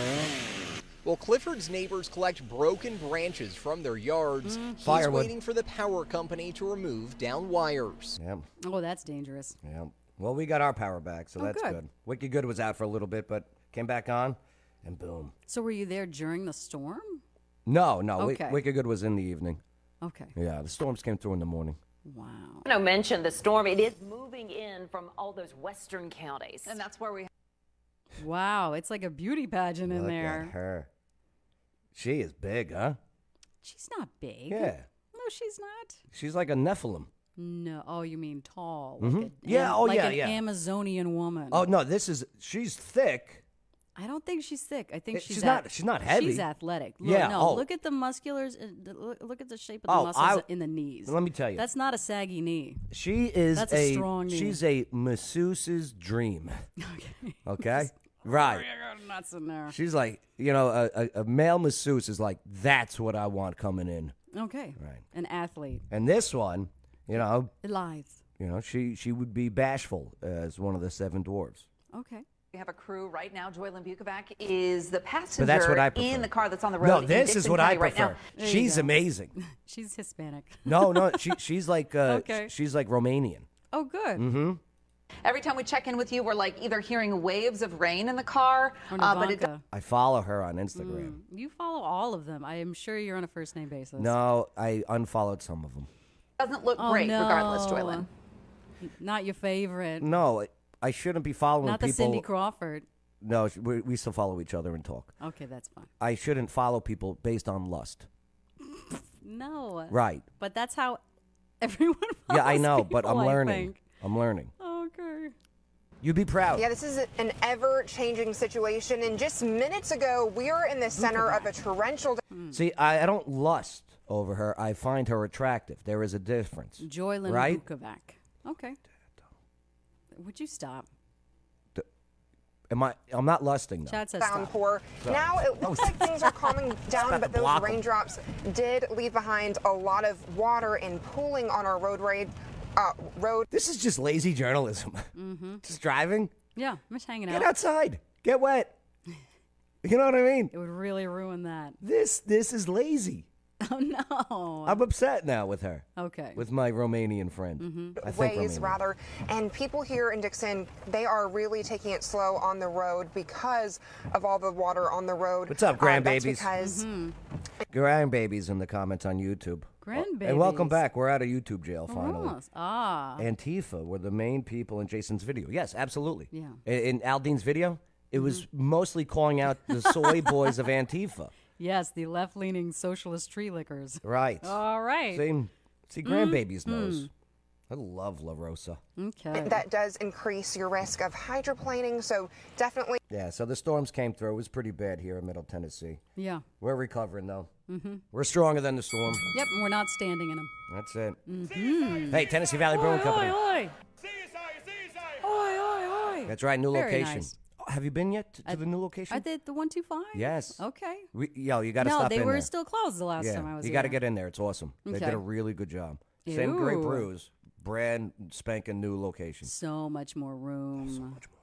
G: Well, Clifford's neighbors collect broken branches from their yards. He's
A: Mm, Firewood.
G: waiting for the power company to remove down wires.
A: Yep.
B: Oh, that's dangerous.
A: Yeah. Well, we got our power back, so
B: Oh,
A: that's
B: good.
A: good. Wiki Good was out for a little bit, but came back on, and boom.
B: So were you there during the storm?
A: No, no. Wi-
B: Okay.
A: Wiki Good was in the evening.
B: Okay.
A: Yeah, the storms came through in the morning.
B: Wow.
K: No mention the storm. It is moving in from all those western counties. And that's where we
B: Wow, it's like a beauty pageant in
A: Look
B: there.
A: at her. She is big, huh?
B: She's not big.
A: Yeah.
B: No, she's not.
A: She's like a Nephilim.
B: No. Oh, you mean tall?
A: Mhm.
B: Like a,
A: Yeah, oh,
B: like
A: yeah,
B: an
A: yeah.
B: Amazonian woman.
A: Oh no, this is she's thick.
B: I don't think she's thick. I think
A: Eh,
B: she's
A: she's not-
B: ath-
A: she's not heavy.
B: She's athletic. Look,
A: Yeah,
B: No,
A: oh.
B: look at the musculars. uh, the- Look look at the shape of the
A: Oh, I-
B: muscles in the knees.
A: Let me tell you.
B: That's not a saggy knee.
A: She is
B: That's
A: a,
B: a strong knee.
A: she's a masseuse's dream. Okay. right.
B: Nuts in there.
A: She's like, you know, a, a, a male masseuse is like, that's what I want coming in.
B: Okay.
A: Right.
B: An athlete.
A: And this one, you know,
B: Lies.
A: you know, she she would be bashful as one of the seven dwarves.
B: Okay.
K: We have a crew right now. Joylyn Bukovac is the passenger
A: But that's what I prefer.
K: in the car that's on the road.
A: No,
K: in
A: this is
K: Dixon
A: what I
K: County right now.
A: prefer. she's amazing.
B: She's Hispanic.
A: No, no, she she's like uh,
K: Okay.
A: sh- she's like Romanian.
B: Oh, good.
A: Mm-hmm.
K: Every time we check in with you, we're like either hearing waves of rain in the car,
B: Or
K: uh, but it
B: Ivanka.
A: I follow her on Instagram.
K: Mm,
B: You follow all of them. I am sure you're on a first name basis.
A: No, I unfollowed some of them.
K: doesn't look
B: Oh,
K: great, regardless,
B: no.
K: Joylyn.
B: Not your favorite.
A: No, I- I shouldn't be following
B: Not the
A: Mm, people.
B: Cindy Crawford.
A: no, sh- we, we still follow each other and talk.
B: Okay, that's fine.
A: I shouldn't follow people based on lust.
K: Uh,
B: No.
A: Right.
B: But that's how everyone.
A: Yeah, I
B: follows
A: know, but
B: people,
A: I'm
B: I
A: learning.
B: think.
A: I'm learning.
B: Okay.
A: You'd be proud.
L: Yeah, this is an ever changing situation. And just minutes ago, we were in the center of a torrential.
A: See, I, I don't lust over her. I find her attractive. There is a difference.
B: Joylyn
A: right?
B: Vukovac. Okay. Would you stop?
A: Am I? I'm not lusting though.
B: Chad says stop.
L: Downpour. Now it looks like things are calming down,
A: about
L: but
A: to
L: those
A: block 'em.
L: raindrops did leave behind a lot of water and pooling on our roadway. Uh, road.
A: This is just lazy journalism.
B: Mhm.
A: Just driving.
B: Yeah, I'm just hanging out.
A: Get outside. Get wet. You know what I mean?
B: It would really ruin that.
A: This this is lazy.
B: Oh no.
A: I'm upset now with her.
B: Okay. Mm-hmm.
A: With my Romanian friend. I think
L: ways
A: Romanian.
L: rather and people here in dixon they are really taking it slow on the road because of all the water on the road
A: What's up,
L: Um, that's
A: grandbabies?
L: because
A: Grandbabies in the comments on YouTube. And welcome
B: Grandbabies. Oh,
A: bays. back. We're out of YouTube jail finally.
B: Ross. Ah.
A: Antifa were the main people in Jason's video. Yes, absolutely.
B: Yeah. Mm-hmm.
A: I- In, Aldine's video, it was mostly calling out the soy boys of Antifa.
B: yes, the left-leaning socialist tree lickers.
A: Right.
B: All right.
A: See, see grandbabies
B: Mm,
A: knows. I love La Rosa.
B: Okay.
L: that does increase your risk of hydroplaning so definitely
A: Yeah, so the storms came through. It was pretty bad here in Middle Tennessee.
B: Yeah.
A: We're recovering though.
B: Mhm.
A: We're stronger than the storm.
B: Yep, and we're not standing in them.
A: That's it.
B: Mhm.
A: Hey, Tennessee Valley Brewing Company.
B: Oi, oi, oi.
A: That's right, new
B: Very
A: location.
B: nice.
A: Oh, have you been yet to, to the new location?
B: Are they the one two five?
A: yes.
B: Okay.
A: We, yo, you got to
B: no,
A: stop
B: they
A: in
B: were
A: there.
B: still closed the last
A: yeah,
B: time I was
A: you
B: got
A: to get in there. It's awesome. They did
B: Okay.
A: a really good job. Same great
B: Ew.
A: brews, brand spanking new location.
B: So much more room. so much more.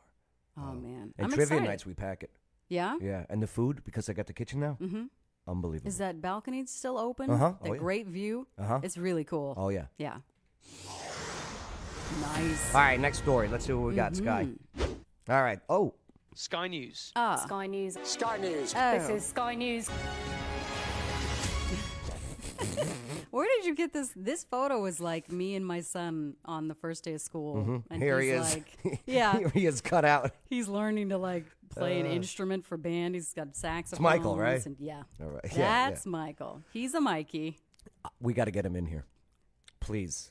B: Oh, man,
A: And
B: I'm
A: trivia
B: excited.
A: nights we pack it.
B: Yeah?
A: Yeah, and the food because I got the kitchen now.
B: Mhm.
A: Unbelievable.
B: Is that balcony still open?
A: Uh-huh.
B: The
A: Oh, yeah.
B: great view.
A: Uh-huh.
B: It's really cool.
A: Oh, yeah.
B: Yeah. Nice.
A: All right, next story. Let's see what we got, Sky.
B: Mm-hmm.
A: All right. Oh,
M: Sky News.
N: Sky News. Sky News.
B: Ah. Oh.
N: This is Sky News.
B: Where did you get this? This photo was like me and my son on the first day of school.
A: mhm.
B: And
A: here he
B: he's
A: is.
B: Like, yeah.
A: here he is cut out.
B: He's learning to like play an
A: Uh,
B: instrument for band. He's got saxophone.
A: It's Michael, right?
B: And, yeah.
A: All right.
B: That's
A: Yeah, yeah.
B: Michael. He's a Mikey.
A: We got to get him in here. Please.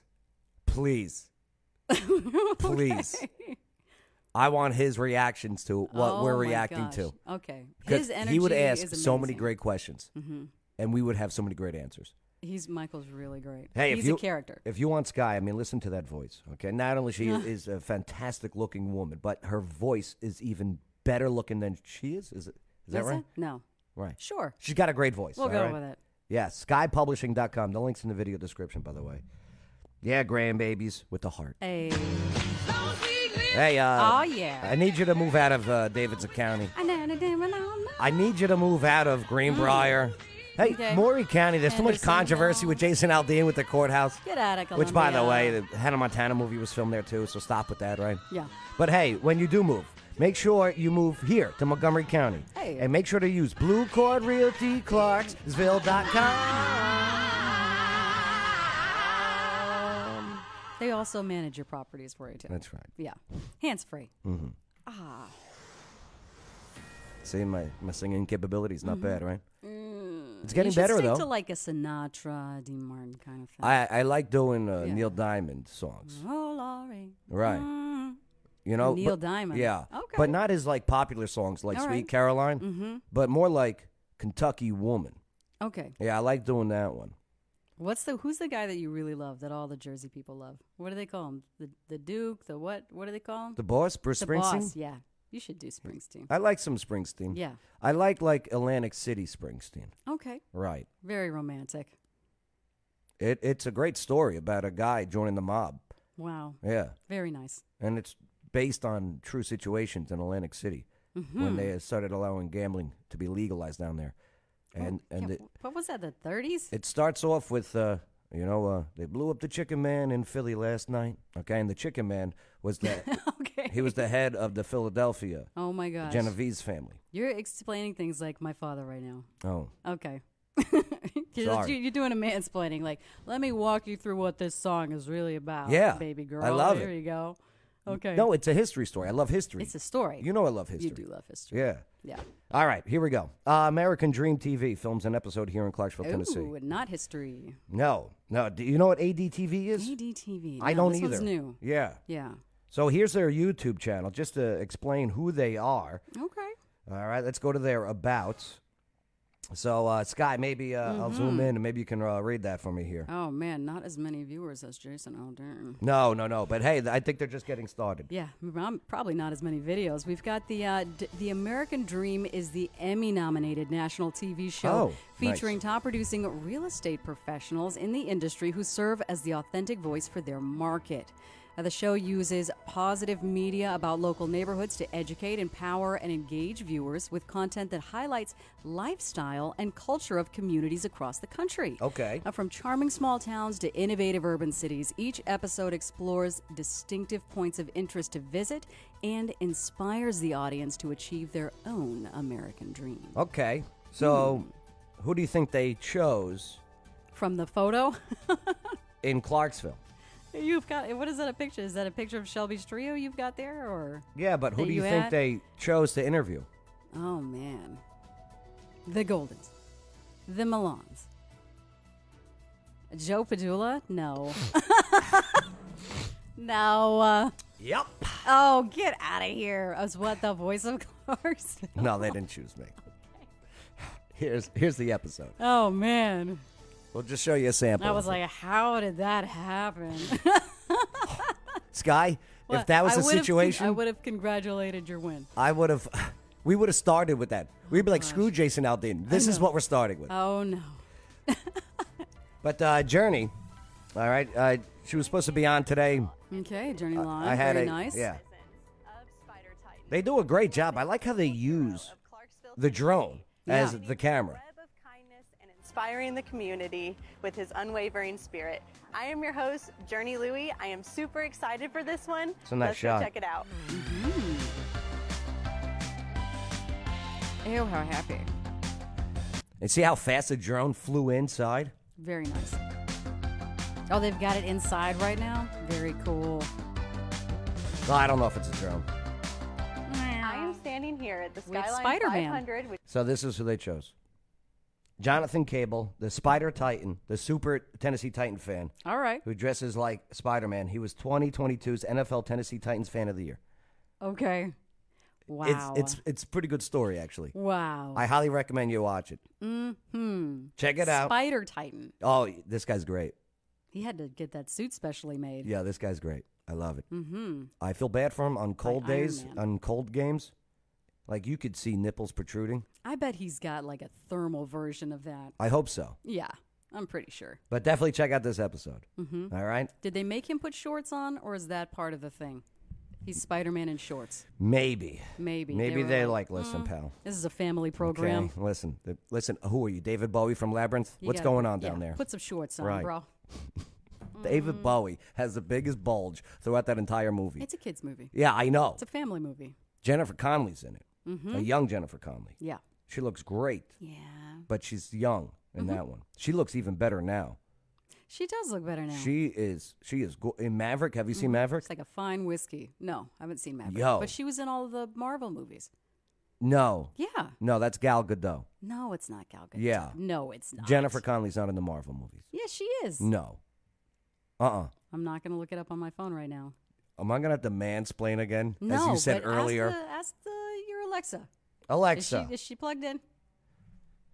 A: Please. Please. I want his reactions to what
B: Oh
A: we're
B: my
A: reacting
B: gosh.
A: to.
B: Okay.
A: 'Cause
B: His
A: He would
B: energy
A: ask
B: is
A: so many
B: amazing.
A: great questions,
B: Mhm.
A: and we would have so many great answers.
B: He's Michael's really great.
A: Hey,
B: he's
A: if you,
B: a character.
A: If you want Sky, I mean, listen to that voice. Okay, not only she
B: Yeah.
A: is a fantastic looking woman, but her voice is even better looking than she is. Is it? Is that
B: Is
A: right?
B: it? No.
A: Right.
B: Sure.
A: She's got a great voice.
B: We'll
A: all
B: go
A: right?
B: with it.
A: Yeah, skypublishing.com. The link's in the video description, by the way. Yeah, grandbabies with the heart.
B: Hey.
A: Hey, uh,
B: Aw, yeah.
A: I need you to move out of uh, Davidson County.
B: I know, I know, I know.
A: I need you to move out of Greenbrier. Hey,
B: Mm. Okay.
A: Maury County, there's so much
B: Anderson,
A: controversy with Jason Aldean with the courthouse.
B: Get out of
A: Which, by the
B: Columbia.
A: way, the Hannah Montana movie was filmed there too, so stop with that, right?
B: Yeah.
A: But hey, when you do move, make sure you move here to Montgomery County.
B: Hey.
A: And make sure to use Blue Cord Realty Clarksville.com.
B: They also manage your properties for you too.
A: That's right.
B: Yeah, hands free.
A: Mm-hmm.
B: Ah.
A: See, my, my singing capabilities not
B: Mhm.
A: bad, right?
B: Mm.
A: It's getting
B: You should
A: better,
B: stick
A: though.
B: To like a Sinatra, Dean Martin kind of thing.
A: I, I like doing uh, Neil Diamond songs.
B: oh, Laurie.
A: Right.
B: Mm.
A: You know,
B: Neil
A: but-
B: Diamond.
A: Yeah,
B: Okay.
A: but not as like popular songs like
B: All
A: "Sweet
B: right.
A: Caroline,"
B: Mhm.
A: but more like "Kentucky Woman."
B: Okay.
A: Yeah, I like doing that one.
B: What's the who's the guy that you really love that all the Jersey people love? What do they call him? The the Duke, the what? What do they call him?
A: The boss, Bruce
B: Mm. the
A: Springsteen.
B: Boss. Yeah, you should do Springsteen.
A: I like some Springsteen.
B: Yeah.
A: I like like Atlantic City Springsteen.
B: Okay.
A: Right.
B: Very romantic.
A: It it's a great story about a guy joining the mob.
B: Wow.
A: Yeah.
B: Very nice.
A: And it's based on true situations in Atlantic City when
B: Mhm.
A: they started allowing gambling to be legalized down there.
B: Oh,
A: And and
B: Yeah,
A: it,
B: what was that? The 30s?
A: It starts off with, uh, you know, uh, they blew up the Chicken Man in Philly last night. Okay, and the Chicken Man was the he was the head of the Philadelphia
B: Oh my gosh.
A: Genovese family.
B: You're explaining things like my father right now.
A: Oh,
B: Okay. 'Cause
A: Sorry.
B: you- You're doing a mansplaining. Like, let me walk you through what this song is really about.
A: Yeah.
B: Baby girl.
A: I love
B: there
A: it.
B: you go. Okay.
A: no, it's a history story. I love history.
B: It's a story.
A: You know, I love history.
B: You do love history.
A: Yeah.
B: Yeah.
A: All right, here we go. Uh, American Dream TV films an episode here in Clarksville, Tennessee.
B: Ooh, not history.
A: No, no. Do you know what ADTV is?
B: ADTV.
A: I
B: No,
A: don't
B: this
A: either.
B: one's new.
A: Yeah.
B: Yeah.
A: So here's their YouTube channel, just to explain who they are.
B: Okay.
A: All right, let's go to their about. So, uh, Sky, maybe uh, I'll zoom
B: Mhm.
A: in and maybe you can uh, read that for me here.
B: Oh, man. Not as many viewers as Jason Oh, Aldean.
A: No, no, no. But hey, th- I think they're just getting started.
B: Yeah, I'm probably not as many videos. We've got the uh, D- the American Dream is the Emmy-nominated national TV show
A: Oh, nice.
B: featuring top-producing real estate professionals in the industry who serve as the authentic voice for their market. Uh, the show uses positive media about local neighborhoods to educate, empower, and engage viewers with content that highlights lifestyle and culture of communities across the country.
A: Okay.
B: Uh, From charming small towns to innovative urban cities, each episode explores distinctive points of interest to visit and inspires the audience to achieve their own American dream.
A: Okay. So, who do you think they chose
B: From the photo,
A: in Clarksville?
B: you've got what is that a picture? Is that a picture of Shelby Strio you've got there or
A: Yeah, but who
B: That
A: do you
B: you
A: think
B: had?
A: they chose to interview?
B: Oh man. The Goldens. The Milans. Joe Padula? No. no. Uh,
A: Yep.
B: Oh, get out of here. As what the voice of course.
A: No, they didn't choose me. Here's here's the episode.
B: Oh man.
A: We'll just show you a sample.
B: I
A: of
B: was
A: it.
B: like, how did that happen?
A: Sky, if that was
B: I
A: the
B: would've con-
A: situation,
B: I would have congratulated your win.
A: I would have. We would have started with that. We'd be like, screw Jason Aldean. This is what we're starting with.
B: Oh no.
A: But uh, Journey, all right, uh, she was supposed to be on today.
B: Okay, Journey Lawn.
A: I had
B: very
A: a-
B: nice.
A: yeah. They do a great job. I like how they use the drone as the camera.
M: inspiring the community with his unwavering spirit. I am your host, Journey Louie. I am super excited for this one.
A: It's a nice
M: Let's
A: shot.
M: Go check it out.
B: Ew, how happy.
A: And see how fast the drone flew inside?
B: Very nice. Oh, they've got it inside right now? Very cool.
A: Well, I don't know if it's a drone.
M: I am standing here at the
B: We have
M: Skyline
B: Spider-Man.
M: 500, which
A: So this is who they chose. Jonathan Cable, the Spider Titan, the super Tennessee Titan fan.
B: All right.
A: Who dresses like Spider Man. He was 2022's NFL Tennessee Titans fan of the year.
B: Okay. Wow.
A: It's, it's it's a pretty good story actually.
B: Wow.
A: I highly recommend you watch it.
B: hmm
A: Check it out.
B: Spider Titan.
A: Oh, this guy's great.
B: He had to get that suit specially made.
A: Yeah, this guy's great. I love it.
B: Mhm.
A: I feel bad for him on cold
B: Iron
A: days,
B: Man.
A: on cold games. Like you could see nipples protruding.
B: I bet he's got like a thermal version of that.
A: I hope so.
B: Yeah, I'm pretty sure.
A: But definitely check out this episode.
B: Mhm.
A: All right?
B: Did they make him put shorts on, or is that part of the thing? He's Spider Man in shorts.
A: Maybe.
B: Maybe.
A: Maybe
B: were
A: they like, listen,
B: "Mm,
A: pal."
B: This is a family program.
A: Okay, listen. th- Listen, who are you? David Bowie from Labyrinth?
B: You
A: What's
B: gotta
A: going
B: put-
A: on down
B: yeah,
A: there?
B: Put some shorts on,
A: Right.
B: bro.
A: David Bowie has the biggest bulge throughout that entire movie.
B: It's a kids' movie.
A: yeah, I know.
B: It's a family movie.
A: Jennifer Conley's in it. A
B: Mhm.
A: young Jennifer Conley.
B: Yeah.
A: She looks great.
B: Yeah.
A: But she's young in
B: Mhm.
A: that one. She looks even better now.
B: She does look better now.
A: She is. She is go- in Maverick. Have you seen Maverick?
B: It's like a fine whiskey. No, I haven't seen Maverick.
A: Yo.
B: But she was in all of the Marvel movies.
A: no.
B: Yeah.
A: No, that's Gal Gadot.
B: No, it's not Gal Gadot.
A: Yeah.
B: No, it's not.
A: Jennifer Conley's not in the Marvel movies.
B: Yes, she is.
A: No. Uh uh-uh. uh.
B: I'm not going to look it up on my phone right now.
A: Am I gonna have to mansplain again?
B: No,
A: as you said
B: but
A: earlier.
B: Ask, the, ask the, your Alexa.
A: Alexa.
B: Is she, is she plugged in?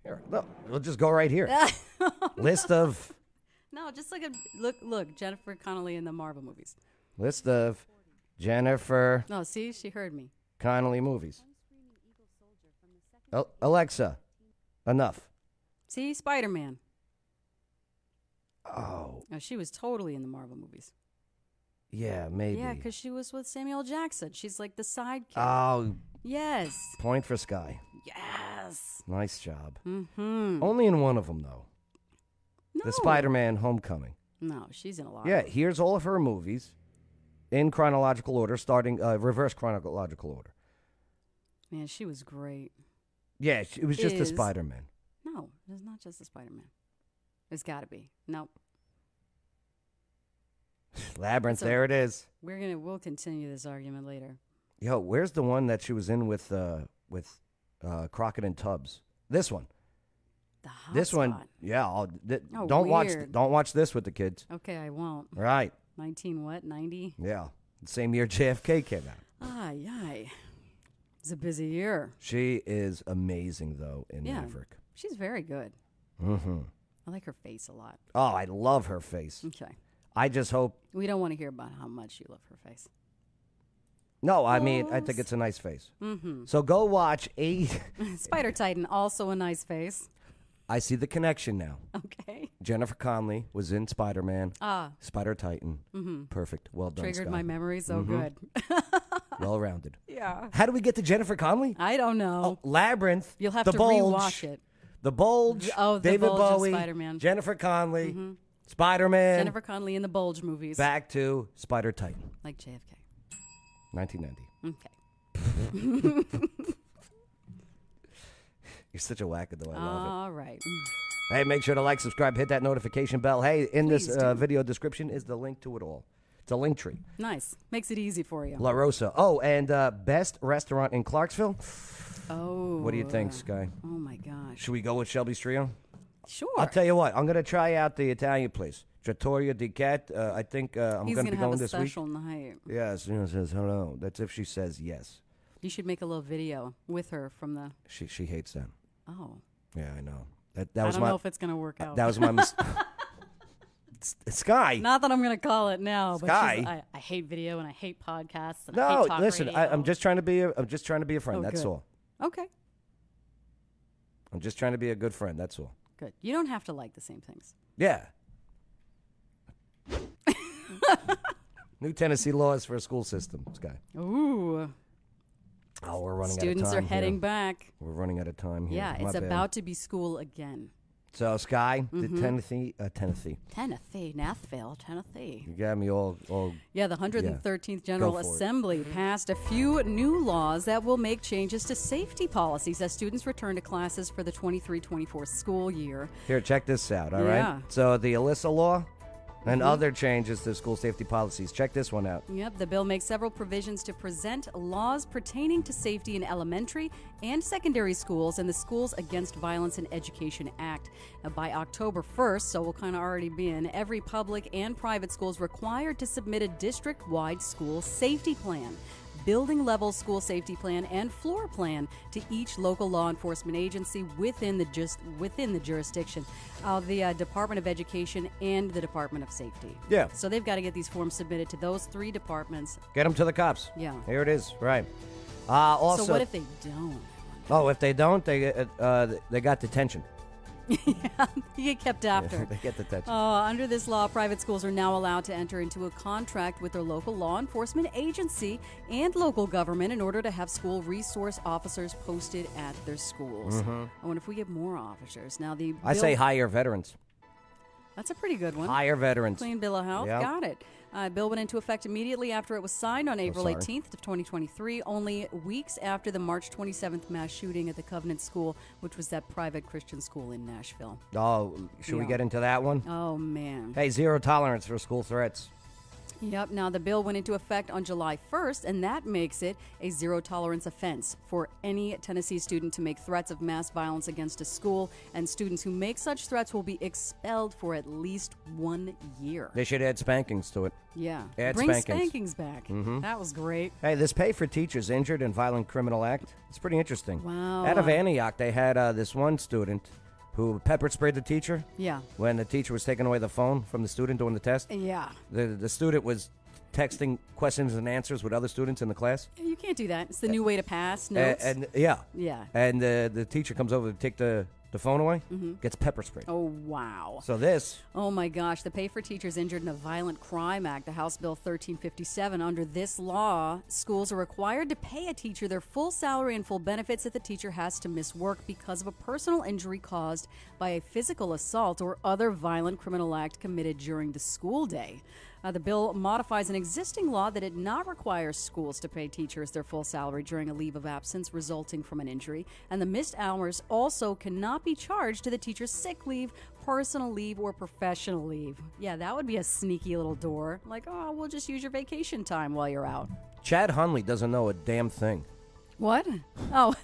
A: Here, look, we'll just go right here. list of
B: No, just like a look. Look, Jennifer Connelly in the Marvel movies.
A: list of Jennifer
B: No, see, she heard me.
A: Connolly movies. Al- Alexa, enough.
B: See, Spider Man.
A: Oh,
B: No, she was totally in the Marvel movies.
A: yeah, maybe.
B: Yeah, because she was with Samuel Jackson. She's like the sidekick.
A: oh,
B: yes.
A: point for Sky.
B: Yes.
A: Nice job.
B: Mm-hmm.
A: Only in one of them though. Oh, The Spider-Man Homecoming.
B: No, she's in a lot.
A: Yeah, here's all of her movies in chronological order, starting uh, reverse chronological order.
B: Man, she was great.
A: Yeah, sh- it was just a
B: Is-
A: Spider-Man.
B: No, it's not just the Spider Man. It's got to be. No,
A: Labyrinth,
B: So-
A: there it is.
B: we're gonna we'll continue this argument later.
A: Yo, where's the one that she was in with uh with uh Crockett and Tubbs? This one.
B: The hot
A: this one.
B: spot.
A: Yeah, I'll, th-
B: Oh,
A: don't watch th-
B: weird.
A: don't watch this with the kids.
B: Okay, I won't.
A: Right.
B: Nineteen what? Ninety?
A: Yeah. Same year JFK came out.
B: Ay ay. It's a busy year.
A: She is amazing though in
B: yeah,
A: Maverick.
B: she's very good.
A: Mhm.
B: I like her face a lot.
A: Oh, I love her face.
B: Okay,
A: I just hope
B: we don't want to hear about how much you love her face.
A: No, I mean, I think it's a nice face.
B: Mm-hmm.
A: So go watch eight.
B: Spider Titan also a nice face.
A: I see the connection now.
B: Okay.
A: Jennifer Conley was in Spider Man.
B: Ah.
A: Spider Titan.
B: Mhm.
A: Perfect. Well done.
B: Triggered
A: Scott.
B: my memory so
A: Mhm.
B: good.
A: well rounded.
B: Yeah.
A: How do we get to Jennifer Conley?
B: I don't know.
A: Labyrinth.
B: Oh. You'll have
A: Oh, the
B: to
A: bulge,
B: rewatch it.
A: The bulge.
B: Oh, The
A: David
B: Bulge and
A: Bowie.
B: Spider-Man. Mm-hmm.
A: Jennifer Conley. Spider Man.
B: Jennifer Connelly in the Bulge movies,
A: Back to Spider Titan,
B: like JFK.
A: 1990.
B: Okay.
A: You're such a wackadoo. I love it.
B: All right. Mm.
A: Hey, make sure to like, subscribe, hit that notification bell. Hey, in this
B: Please
A: uh,
B: do.
A: video description is the link to it all. It's a link tree.
B: Nice. Makes it easy for you.
A: La Rosa. Oh, and uh, best restaurant in Clarksville.
B: Oh.
A: What do you think, Sky?
B: Oh my gosh.
A: Should we go with Shelby's Trio?
B: Sure.
A: I'll tell you what. I'm gonna try out the Italian place, Trattoria di Cat. Uh, I think uh, I'm
B: He's
A: gonna,
B: gonna,
A: be
B: have
A: going
B: a
A: this
B: special
A: week.
B: night.
A: Yes, you know, says hello. That's if she says yes.
B: You should make a little video with her from the.
A: She she hates them.
B: Oh.
A: Yeah, I know. That that
B: I
A: was
B: don't
A: my.
B: know if it's gonna work
A: uh,
B: out.
A: That was my mistake. Sky.
B: Not that I'm gonna call it now, but she's-
A: Sky.
B: I, I hate video and I hate podcasts and I
A: No,
B: hate talk
A: listen.
B: radio.
A: I, I'm just trying to be. A, I'm just trying to be a friend.
B: Oh,
A: that's
B: good.
A: all.
B: Okay.
A: I'm just trying to be a good friend. That's all.
B: Good. You don't have to like the same things.
A: Yeah. New Tennessee laws for a school system, Sky.
B: Ooh.
A: Oh, we're running.
B: Students
A: out of
B: are
A: time here.
B: heading back.
A: We're running out of time here.
B: Yeah,
A: My
B: it's
A: bad.
B: about to be school again.
A: So, Sky,
B: Mhm.
A: the Tennessee, uh, Tennessee.
B: Tennessee, Nathville, Tennessee.
A: You got me all, all.
B: Yeah, the 113th General
A: Go for it.
B: Assembly passed a few new laws that will make changes to safety policies as students return to classes for the 23 24 school year.
A: Here, check this out. All right.
B: Yeah.
A: So the Alyssa law, and
B: Mhm.
A: other changes to school safety policies. Check this one out.
B: Yep, the bill makes several provisions to present laws pertaining to safety in elementary and secondary schools and the Schools Against Violence in Education Act. Now, by October 1st, so we'll kind of already be in, every public and private school is required to submit a district wide school safety plan. building level school safety plan and floor plan to each local law enforcement agency within the just within the jurisdiction of the uh, Department of Education and the Department of Safety.
A: Yeah.
B: So they've got to get these forms submitted to those three departments.
A: Get them to the cops.
B: Yeah.
A: Here it is. Right. Uh, also,
B: so what if they don't?
A: Oh, if they don't, they uh, uh, they got detention.
B: You get kept after.
A: they get detention.
B: Uh, under this law, private schools are now allowed to enter into a contract with their local law enforcement agency and local government in order to have school resource officers posted at their schools.
A: Mhm.
B: I wonder if we get more officers. Now, the
A: I
B: bill-
A: say hire veterans.
B: That's a pretty good one.
A: Hire veterans.
B: Clean bill of health.
A: Yeah.
B: Got it. Uh, bill went into effect immediately after it was signed on April
A: Oh, sorry.
B: 18th of 2023, only weeks after the March 27th mass shooting at the Covenant School, which was that private Christian school in Nashville.
A: Oh, should we
B: Yeah.
A: get into that one?
B: Oh man.
A: Hey, zero tolerance for school threats.
B: Yep. Now, the bill went into effect on July 1st, and that makes it a zero tolerance offense for any Tennessee student to make threats of mass violence against a school, and students who make such threats will be expelled for at least one year.
A: They should add spankings to it.
B: Yeah.
A: Add
B: Bring
A: spankings.
B: spankings back.
A: Mhm.
B: That was great.
A: Hey, this pay for teachers injured in violent criminal act. It's pretty interesting.
B: Wow.
A: Out of Antioch, they had uh, this one student who pepper sprayed the teacher.
B: Yeah.
A: When the teacher was taking away the phone from the student during the test.
B: Yeah.
A: The, the student was texting questions and answers with other students in the class.
B: You can't do that. It's the new way to pass
A: A-
B: notes.
A: uh, And, yeah.
B: Yeah.
A: And the, the teacher comes over to take the, the phone away,
B: Mhm.
A: gets pepper sprayed.
B: Oh, wow.
A: So this,
B: Oh my gosh, the Pay for Teachers Injured in a Violent Crime Act, the House Bill 1357. Under this law, schools are required to pay a teacher their full salary and full benefits if the teacher has to miss work because of a personal injury caused by a physical assault or other violent criminal act committed during the school day. Uh, the bill modifies an existing law that did not require schools to pay teachers their full salary during a leave of absence resulting from an injury, and the missed hours also cannot be charged to the teacher's sick leave, personal leave, or professional leave. Yeah, that would be a sneaky little door. Like, oh, we'll just use your vacation time while you're out.
A: Chad Hunley doesn't know a damn thing.
B: What? Oh.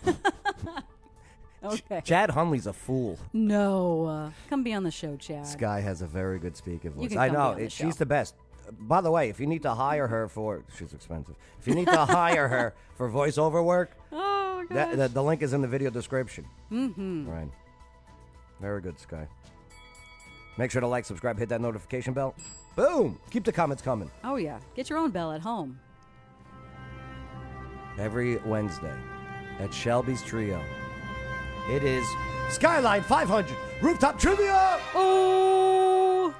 B: okay.
A: Chad Hunley's a fool.
B: No. Uh, come be on the show, Chad.
A: This guy has a very good speaking voice.
B: can
A: I
B: come
A: know
B: be on the
A: it- she's
B: show.
A: the best. Uh, By the way, if you need to hire her for, she's expensive. If you need to hire her for voiceover work,
B: Oh, my
A: that, the, the link is in the video description.
B: Mm-hmm.
A: Right. Very good, Sky. Make sure to like, subscribe, hit that notification bell. Boom! Keep the comments coming
B: Oh, yeah. Get your own bell at home.
A: every Wednesday at Shelby's Trio. It is Skyline 500 Rooftop Trivia.
B: Oh,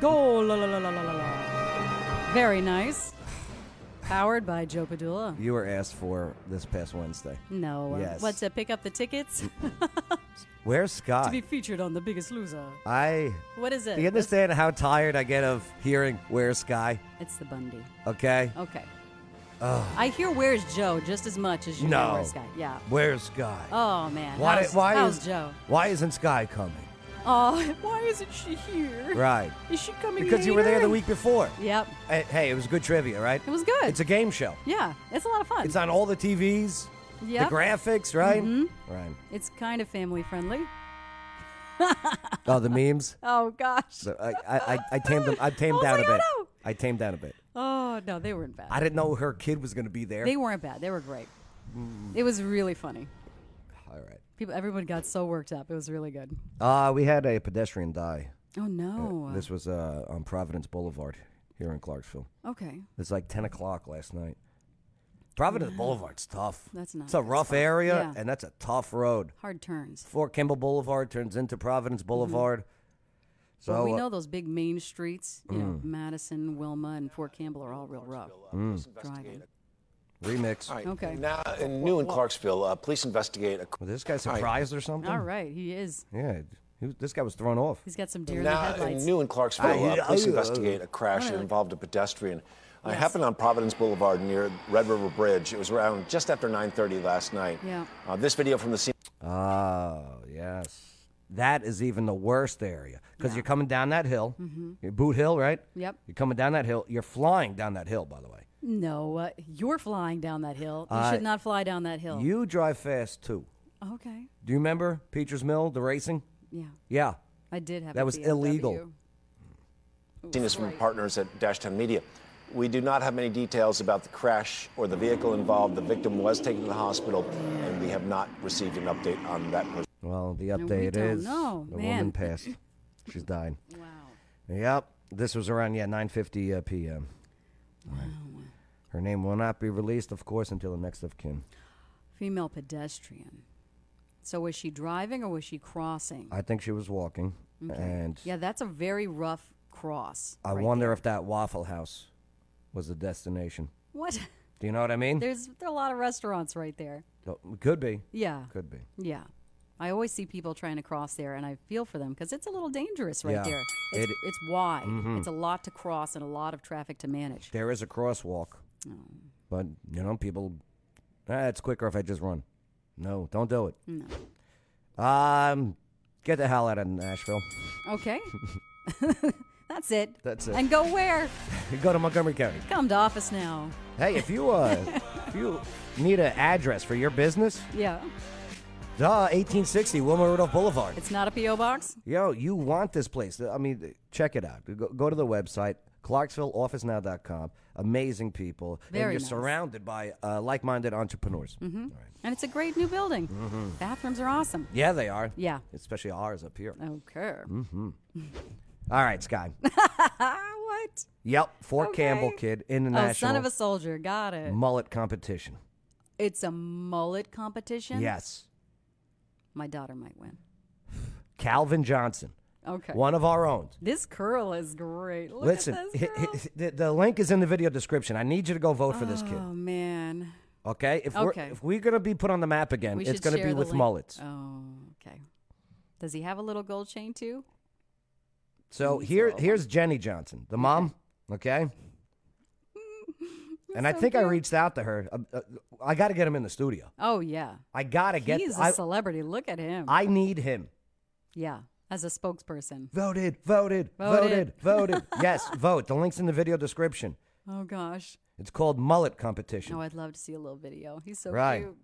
B: go la la la la la la la. Very nice. Powered by Joe Padula.
A: You were asked for this past Wednesday.
B: No. uh,
A: Yes.
B: What's it? Pick up the tickets
A: Where's
B: to
A: Scott?
B: be featured on The Biggest Loser.
A: I.
B: What is it?
A: Do you understand how tired I get of hearing "Where's Sky"?
B: It's the Bundy.
A: Okay.
B: Okay.
A: Ugh.
B: I hear Where's Joe just as much as you
A: no.
B: hear Where's Guy. Yeah.
A: Where's Sky?
B: Oh, man.
A: why?
B: How's,
A: why
B: how's
A: is
B: Joe?
A: Why isn't Sky coming?
B: Oh, why isn't she here?
A: Right.
B: Is she coming
A: Because you were there the
B: later?
A: week before.
B: Yep.
A: Eh, Hey, it was good trivia, right? It
B: was good.
A: It's a game show.
B: Yeah. It's a lot of fun.
A: It's on all the TVs.
B: Yep.
A: The graphics, right?
B: Mhm.
A: Right.
B: It's kind of family friendly.
A: Oh, the memes.
B: Oh gosh.
A: So I, I, I, I tamed them. I tamed
B: Oh
A: down
B: my
A: a
B: God,
A: bit.
B: no.
A: I tamed down a bit.
B: Oh no, they weren't bad.
A: I didn't know her kid was going to be there.
B: They weren't bad. They were great.
A: Mm.
B: It was really funny.
A: All right.
B: People, everyone got so worked up. It was really good.
A: Uh, we had a pedestrian die.
B: Oh no.
A: Uh, this was uh, on Providence Boulevard here in Clarksville.
B: Okay.
A: It's like 10 o'clock last night. Providence
B: Wow.
A: Boulevard's tough.
B: That's not-
A: It's a
B: that's
A: rough
B: far.
A: area,
B: Yeah.
A: and that's a tough road.
B: Hard turns.
A: Fort Kimball Boulevard turns into Providence Boulevard. So
B: Mm-hmm. well, we
A: uh,
B: know those big main streets. You know,
A: Mm.
B: Madison, Wilma, and Fort Campbell are all real rough.
A: Mm.
B: Driving.
A: remix.
O: All right.
B: Okay.
O: Now, in new in Clarksville, uh, police investigate a.
A: Was this guy surprised or something?
B: All right, he is.
A: Yeah, he was- this guy was thrown off.
B: He's got some deer in the
O: Now,
B: headlights.
O: in new in Clarksville,
A: Aye,
O: uh,
A: aye,
O: police
A: aye.
O: investigate a crash that
B: Aye.
O: involved a pedestrian. Uh, It happened on Providence Boulevard near Red River Bridge. It was around just after 9:30 last night.
B: Yeah.
O: Uh, this video from the scene.
A: Oh, yes. That is even the worst area because you're coming down that hill.
B: Mhm.
A: Your boot hill, right?
B: Yep.
A: You're coming down that hill. You're flying down that hill, by the way.
B: No, uh, you're flying down that hill. You
A: Uh,
B: should not fly down that hill.
A: You drive fast too.
B: okay.
A: Do you remember Peacher's Mill, the racing?
B: Yeah.
A: Yeah.
B: I did have.
A: That
B: a
A: was
B: BMW.
A: illegal.
O: Seen this from partners at Dash 10 Media. We do not have many details about the crash or the vehicle involved. The victim was taken to the hospital, and we have not received an update on that person.
A: Well, the update
O: don't
A: is
O: know,
A: the
O: man.
A: woman passed. She's dying. wow. Yep. This was around yeah 9:50 uh, p.m. Right. Her name will not be released, of course, until the next of kin.
B: Female pedestrian. So was she driving or was she crossing?
A: I think she was walking,
B: Okay.
A: and
B: yeah, that's a very rough cross.
A: I
B: right
A: wonder if that Waffle House was the destination.
B: there. what.
A: Do you know what I mean?
B: There's there are a lot of restaurants right there.
A: Oh, Could be.
B: Yeah.
A: Could be.
B: Yeah. I always see people trying to cross there, and I feel for them because it's a little dangerous right
A: Yeah.
B: there. It's,
A: It-
B: it's wide.
A: Mhm.
B: It's a lot to cross and a lot of traffic to manage.
A: There is a crosswalk, but you know people. Ah, it's quicker if I just run. No, don't do it.
B: No.
A: Um, get the hell out of Nashville.
B: Okay. That's it.
A: That's it.
B: And go where?
A: Go to Montgomery County.
B: Come to office now.
A: Hey, if you uh, if you need an address for your business,
B: Yeah.
A: duh, 1860 Wilma Rudolph Boulevard.
B: It's not a P.O. box?
A: Yo, you want this place. I mean, check it out. Go, go to the website, ClarksvilleOfficeNow.com. Amazing people. and
B: Very
A: you're
B: nice.
A: surrounded by uh, like minded entrepreneurs.
B: Mm-hmm. And it's a great new building.
A: Mhm.
B: Bathrooms are awesome.
A: Yeah, they are.
B: Yeah.
A: Especially ours up here.
B: Okay.
A: Mm-hmm. All right, Sky.
B: what?
A: Yep, Fort Campbell kid, international
B: Oh, son of a soldier. Got it.
A: mullet competition.
B: It's a mullet competition?
A: Yes.
B: My daughter might win.
A: Calvin Johnson.
B: Okay.
A: One of our own.
B: This curl is great. Look
A: Listen,
B: at this.
A: hi- hi- the, the link is in the video description. I need you to go vote for this kid.
B: Oh, man.
A: Okay? If
B: Okay.
A: we're if we're gonna be put on the map again,
B: We
A: it's
B: should
A: gonna
B: share
A: be
B: the
A: with
B: link.
A: mullets.
B: Oh, okay. Does he have a little gold chain too?
A: So here here's Jenny Johnson, the mom. Okay. And I think I reached out to her. Uh, uh, I got to get him in the studio.
B: Oh, yeah.
A: I got to get.
B: He's a
A: I,
B: celebrity. Look at him.
A: I need him.
B: yeah, as a spokesperson.
A: Voted, voted, voted,
B: Voted.
A: voted. yes, vote. The link's in the video description.
B: Oh, gosh.
A: It's called Mullet Competition.
B: Oh, I'd love to see a little video. He's so
A: Right.
B: cute.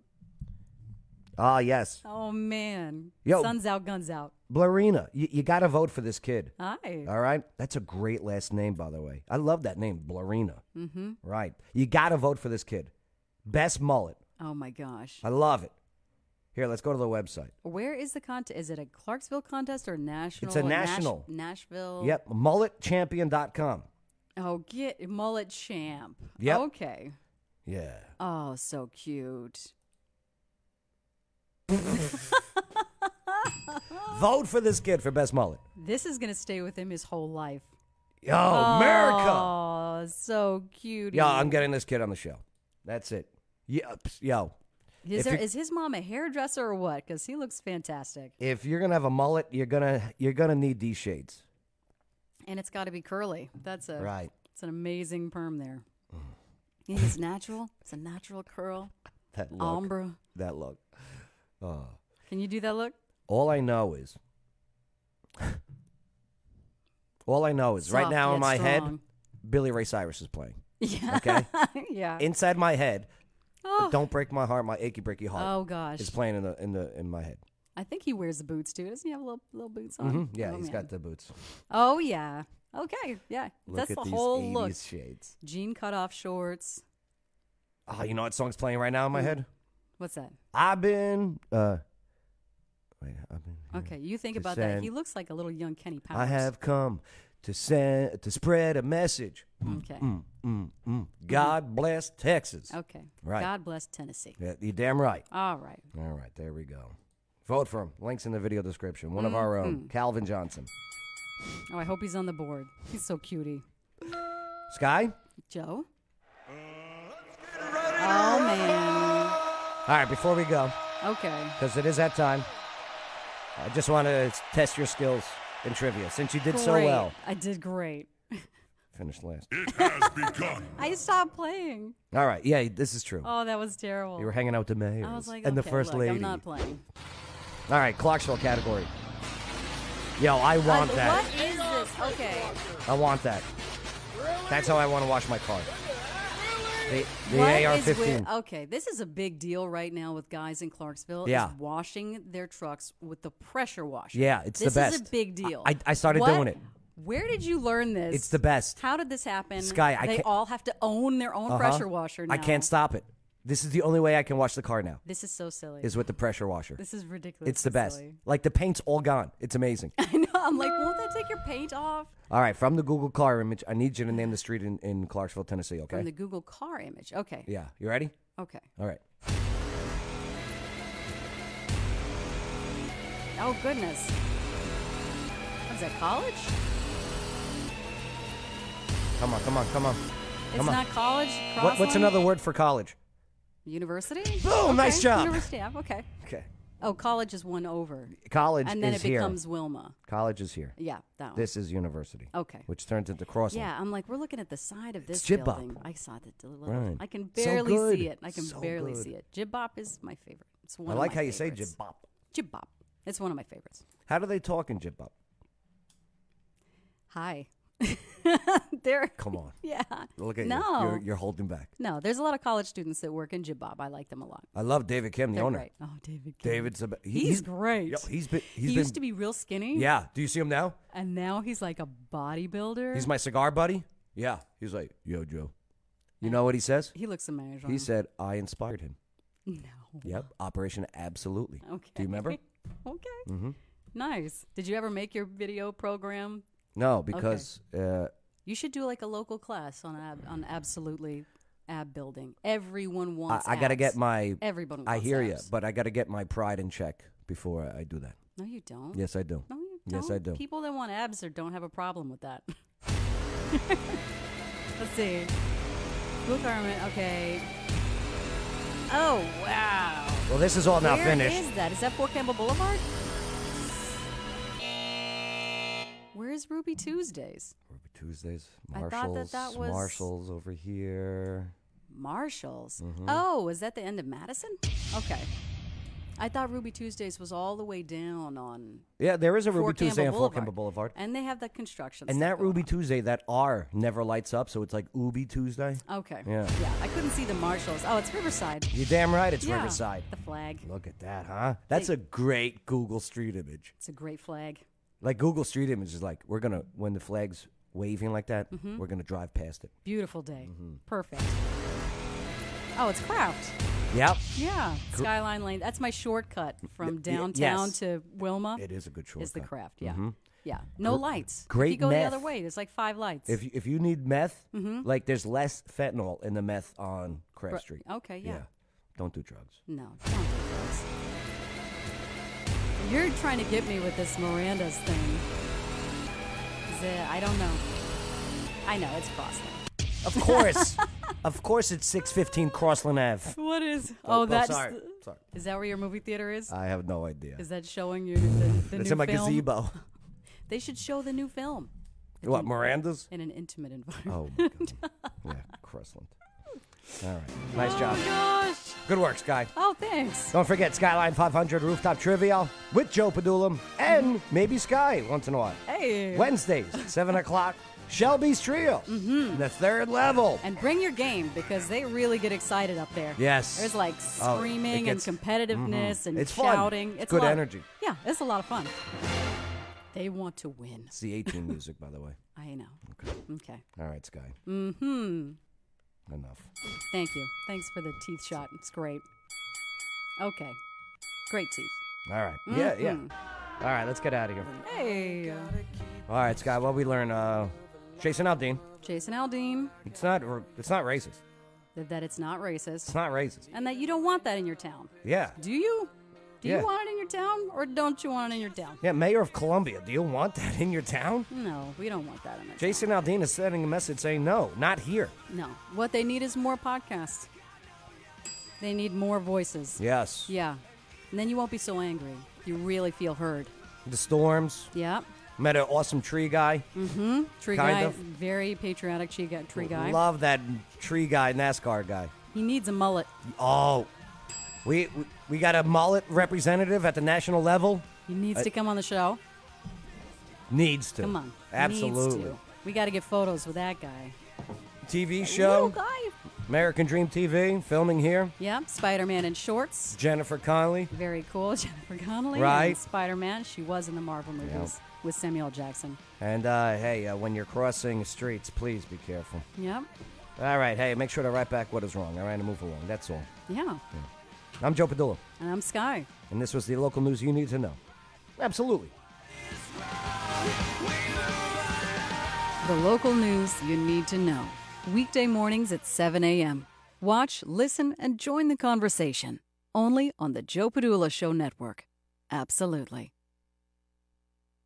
A: Ah, yes.
B: Oh, man.
A: Yo.
B: Sun's out, guns out.
A: Blarina, you, you got to vote for this kid.
B: Hi.
A: All right? That's a great last name, by the way. I love that name, Blarina.
B: Mm-hmm.
A: Right. You got to vote for this kid. Best mullet.
B: Oh, my gosh.
A: I love it. Here, let's go to the website.
B: Where is the contest? Is it a Clarksville contest or national?
A: It's a
B: Nash-
A: national.
B: Nashville.
A: Yep, mulletchampion.com.
B: Oh, get mullet champ.
A: Yep.
B: Okay.
A: Yeah.
B: Oh, so cute.
A: Vote for this kid for best mullet.
B: This is gonna stay with him his whole life.
A: Yo, America.
B: Oh, so cute.
A: Yo, I'm getting this kid on the show. That's it. Yeah, pss, yo.
B: Is,
A: if,
B: there,
A: you-
B: is his mom a hairdresser or what? Because he looks fantastic,
A: if you're gonna have a mullet, you're gonna you're gonna need these shades.
B: and it's got to be curly. That's a
A: Right. Mm.
B: It's an amazing perm there. It is natural. It's a natural curl.
A: That look.
B: Ombre.
A: That look. Oh.
B: Can you do that look?
A: All I know is. all I know is right
B: Soft
A: now in
B: yet
A: my head,
B: strong.
A: Billy Ray Cyrus is playing.
B: Yeah.
A: Okay.
B: yeah.
A: Inside my head,
B: Oh.
A: don't break my heart, my achy breaky heart.
B: Oh, gosh.
A: is playing in the in the in my head.
B: I think he wears the boots too. Doesn't he have little little boots on?
A: hmm Yeah,
B: oh,
A: he's
B: man.
A: got the boots.
B: Oh yeah. Okay. Yeah.
A: Look
B: That's
A: at
B: the
A: these
B: whole
A: 80s
B: look.
A: shades.
B: Jean cut off shorts.
A: Oh, you know what song's playing right now in my head?
B: What's that?
A: I've been. Uh, wait, I've been.
B: Okay, you think
A: to
B: about that.
A: send-
B: He looks like a little young Kenny Powers.
A: Mm. I have come to send to spread a message. Mm,
B: Okay.
A: mm, mm, mm. God bless Texas.
B: Mm-hmm. Okay.
A: Right.
B: God bless Tennessee.
A: Yeah, you're damn right.
B: All right.
A: All right, there we go. Vote for him. Links in the video description. One
B: Mm,
A: of our own, Calvin Johnson.
B: Oh, I hope he's on the board. He's so cutie.
A: Sky.
B: Joe. Oh man.
A: All right, before we go,
B: Okay.
A: because it is that time, I just want to test your skills in trivia since you did so
B: Great.
A: well.
B: I did great.
A: Finished last.
B: I stopped playing.
A: All right, yeah, this is true.
B: Oh, that was terrible.
A: You were hanging out with the mayor
B: I was like,
A: and the
B: okay,
A: first
B: look,
A: lady.
B: I'm not playing.
A: All right, Clarksville category. Yo, I want
B: Uh,
A: that.
B: What is this? Okay.
A: I want that. That's how I want to wash my car. The, the
B: What is
A: AR-15.
B: with- okay, this is a big deal right now with guys in Clarksville. is
A: Yeah.
B: washing their trucks with the pressure washer.
A: Yeah, it's the
B: This
A: best.
B: is a big deal.
A: I, I started
B: What-
A: doing it.
B: Where did you learn this?
A: It's the best.
B: How did this happen?
A: Sky, I
B: they
A: can't-
B: all have to own their own
A: Uh-huh.
B: pressure washer now.
A: I can't stop it. This is the only way I can wash the car now.
B: This is so silly.
A: Is with the pressure washer.
B: This is ridiculous.
A: It's the best. Like the paint's all gone. It's amazing.
B: I know. I'm like, won't that take your paint off?
A: all right, from the Google car image, I need you to name the street in, in Clarksville, Tennessee. Okay.
B: From the Google car image. Okay.
A: yeah. You ready?
B: Okay.
A: All right.
B: Oh goodness. Was that college?
A: Come on. Come on. Come on.
B: It's
A: Come on.
B: not college.
A: What, what's
B: Crossland?
A: another word for college?
B: University.
A: Boom,
B: Okay,
A: nice job.
B: University. yeah, Okay.
A: Okay.
B: Oh, college is one over.
A: College
B: And then
A: is
B: it
A: here.
B: becomes Wilma.
A: College is here.
B: Yeah, that one.
A: This is university.
B: Okay.
A: Which turns into Crossland.
B: Yeah, I'm like, we're looking at the side of this
A: Jib Bop.
B: building. I saw the the little.
A: Right.
B: I can
A: So
B: barely
A: good.
B: see it. I can
A: So
B: barely
A: good.
B: see it. Jib Bop is my favorite. It's one.
A: I
B: of
A: like
B: my
A: how you say
B: favorites.
A: jib bop.
B: Jib Bop. It's one of my favorites.
A: How do they talk in jib bop?
B: Hi. there.
A: Come on.
B: Yeah.
A: Look at
B: no.
A: you. You're, you're holding back.
B: No, there's a lot of college students that work in Jib Bop. I like them a lot.
A: I love David Kim, the
B: They're
A: owner.
B: great. Oh, David. Kim.
A: David's a, he-
B: He's great.
A: Yo, he's been. He's
B: he
A: been,
B: used to be real skinny.
A: Yeah. Do you see him now?
B: And now he's like a bodybuilder.
A: He's my cigar buddy. Yeah. He's like, yo, Joe. You know what he says?
B: He looks amazing.
A: He said, I inspired him.
B: No.
A: Yep. Operation Absolutely.
B: Okay.
A: Do you remember?
B: okay.
A: mm-hmm.
B: Nice. Did you ever make your video program?
A: No,
B: Okay.
A: because uh,
B: You should do like a local class on ab, on absolutely ab building. Everyone
A: I,
B: wants.
A: I got to get
B: abs.
A: my.
B: Everyone.
A: I
B: wants
A: hear
B: abs.
A: you, but I got to get my pride in check before I do that.
B: No, you don't.
A: Yes, I do.
B: Oh. No, you don't.
A: Yes, I do.
B: People that want abs or don't have a problem with that. Let's see. Blue garment. Okay. Oh wow.
A: Well, this is all now
B: Where
A: finished.
B: is that? Is that Fort Campbell Boulevard? Where is Ruby Tuesdays?
A: Tuesdays,
B: I thought
A: Marshalls,
B: that that was-
A: Marshalls over here.
B: Marshalls.
A: Mhm.
B: Oh, is that the end of Madison? Okay. I thought Ruby Tuesdays was all the way down on.
A: Yeah, there is a Ruby
B: Fort
A: Tuesday
B: Campbell
A: on Fort Campbell Boulevard.
B: And they have that construction.
A: And
B: stuff
A: that Ruby Tuesday, that R never lights up, so it's like Ubi Tuesday.
B: going. Okay.
A: Yeah.
B: Yeah. I couldn't see the Marshalls. Oh, it's Riverside.
A: You're damn right. It's
B: Yeah,
A: Riverside.
B: The flag.
A: Look at that, huh? That's
B: They-
A: a great Google Street image.
B: It's a great flag.
A: Like Google Street Image is like, we're gonna when the flag's waving like that,
B: Mhm.
A: we're gonna drive past it.
B: Beautiful day.
A: Mm-hmm.
B: Perfect. Oh, it's Kraft.
A: Yep.
B: Yeah.
A: Cr-
B: Skyline Lane. That's my shortcut from
A: Y- y-
B: downtown
A: yes.
B: to Wilma.
A: It is a good shortcut.
B: Is the Kraft. Yeah.
A: Mhm.
B: Yeah. No
A: Gr-
B: lights.
A: great
B: If you go the other
A: meth.
B: way, there's like five lights.
A: If you, if you need meth,
B: Mhm.
A: like there's less fentanyl in the meth on Craft
B: Bru-
A: Street.
B: okay, yeah.
A: Don't do drugs.
B: No, don't do drugs. You're trying to get me with this Miranda's thing. Is it- I don't know. I know it's Crossland.
A: Of course, of course, it's six fifteen Crossland Ave.
B: What is?
A: Oh,
B: Oh,
A: oh,
B: that's.
A: sorry,
B: the-
A: sorry.
B: Is that where your movie theater is?
A: I have no idea.
B: Is that showing you the, the
A: it's
B: new
A: in my
B: film?
A: gazebo.
B: They should show the new film. At
A: What,
B: an-
A: Miranda's?
B: In an intimate environment.
A: Oh my god. yeah, Crossland. All right, nice job.
B: Oh, gosh.
A: Good work, Sky.
B: Oh, thanks.
A: Don't forget Skyline 500 Rooftop Trivia with Joe Padulum and maybe Sky once in a while.
B: Hey.
A: Wednesdays, 7 o'clock, Shelby's Trio. Mm-hmm. The third level.
B: And bring your game because they really get excited up there.
A: Yes.
B: There's like
A: Oh, it
B: screaming
A: gets-
B: and competitiveness
A: Mhm.
B: and
A: It's fun.
B: shouting.
A: It's
B: It's,
A: good
B: a lot of-
A: energy.
B: yeah, it's a lot of fun. They want to win.
A: It's the 18 music, by the way.
B: I know.
A: Okay.
B: Okay.
A: All right, Sky.
B: Mm-hmm.
A: Enough.
B: Thank you. Thanks for the teeth shot. It's great. Okay. Great teeth.
A: All right. Yeah, yeah.
B: Mhm.
A: All right, let's get out of here.
B: Hey.
A: All right, Sky, what we learn, uh, Jason Aldean,
B: Jason Aldean.
A: it's not, r- it's not racist.
B: That that it's not racist.
A: It's not racist.
B: And that you don't want that in your town.
A: Yeah.
B: Do you? Do
A: Yeah.
B: you want it in your town or don't you want it in your town?
A: Yeah, Mayor of Columbia, do you want that in your town?
B: No, we don't want that in our
A: Jason Aldean is sending a message saying, no, not here.
B: No. What they need is more podcasts. They need more voices.
A: Yes.
B: Yeah. And then you won't be so angry. You really feel heard.
A: The storms.
B: Yeah.
A: Met an awesome tree guy.
B: Mm-hmm. Tree
A: Kind
B: guy,
A: of.
B: very patriotic tree guy. Tree guy.
A: Love that tree guy, NASCAR guy.
B: He needs a mullet.
A: Oh, we we, we got a mullet representative at the national level.
B: He needs
A: I-
B: to come on the show.
A: Needs to.
B: Come on.
A: Absolutely.
B: Needs to. We got to get photos with that guy.
A: TV
B: Little
A: show,
B: guy.
A: American Dream TV, filming here.
B: Yeah. Spider-Man in shorts.
A: Jennifer Connelly.
B: Very cool. Jennifer Connelly.
A: Right.
B: Spider Man. She was in the Marvel movies. with Samuel Jackson.
A: And uh, hey, uh, when you're crossing streets, please be careful.
B: Yep.
A: All right, hey, make sure to write back what is wrong. All right, and move along. That's all.
B: Yeah.
A: I'm Joe Padula,
B: And I'm Sky.
A: and this was the local news you need to know. Absolutely.
B: The local news you need to know. Weekday mornings at 7 a.m. Watch, listen, and join the conversation. Only on the Joe Padula Show Network. Absolutely.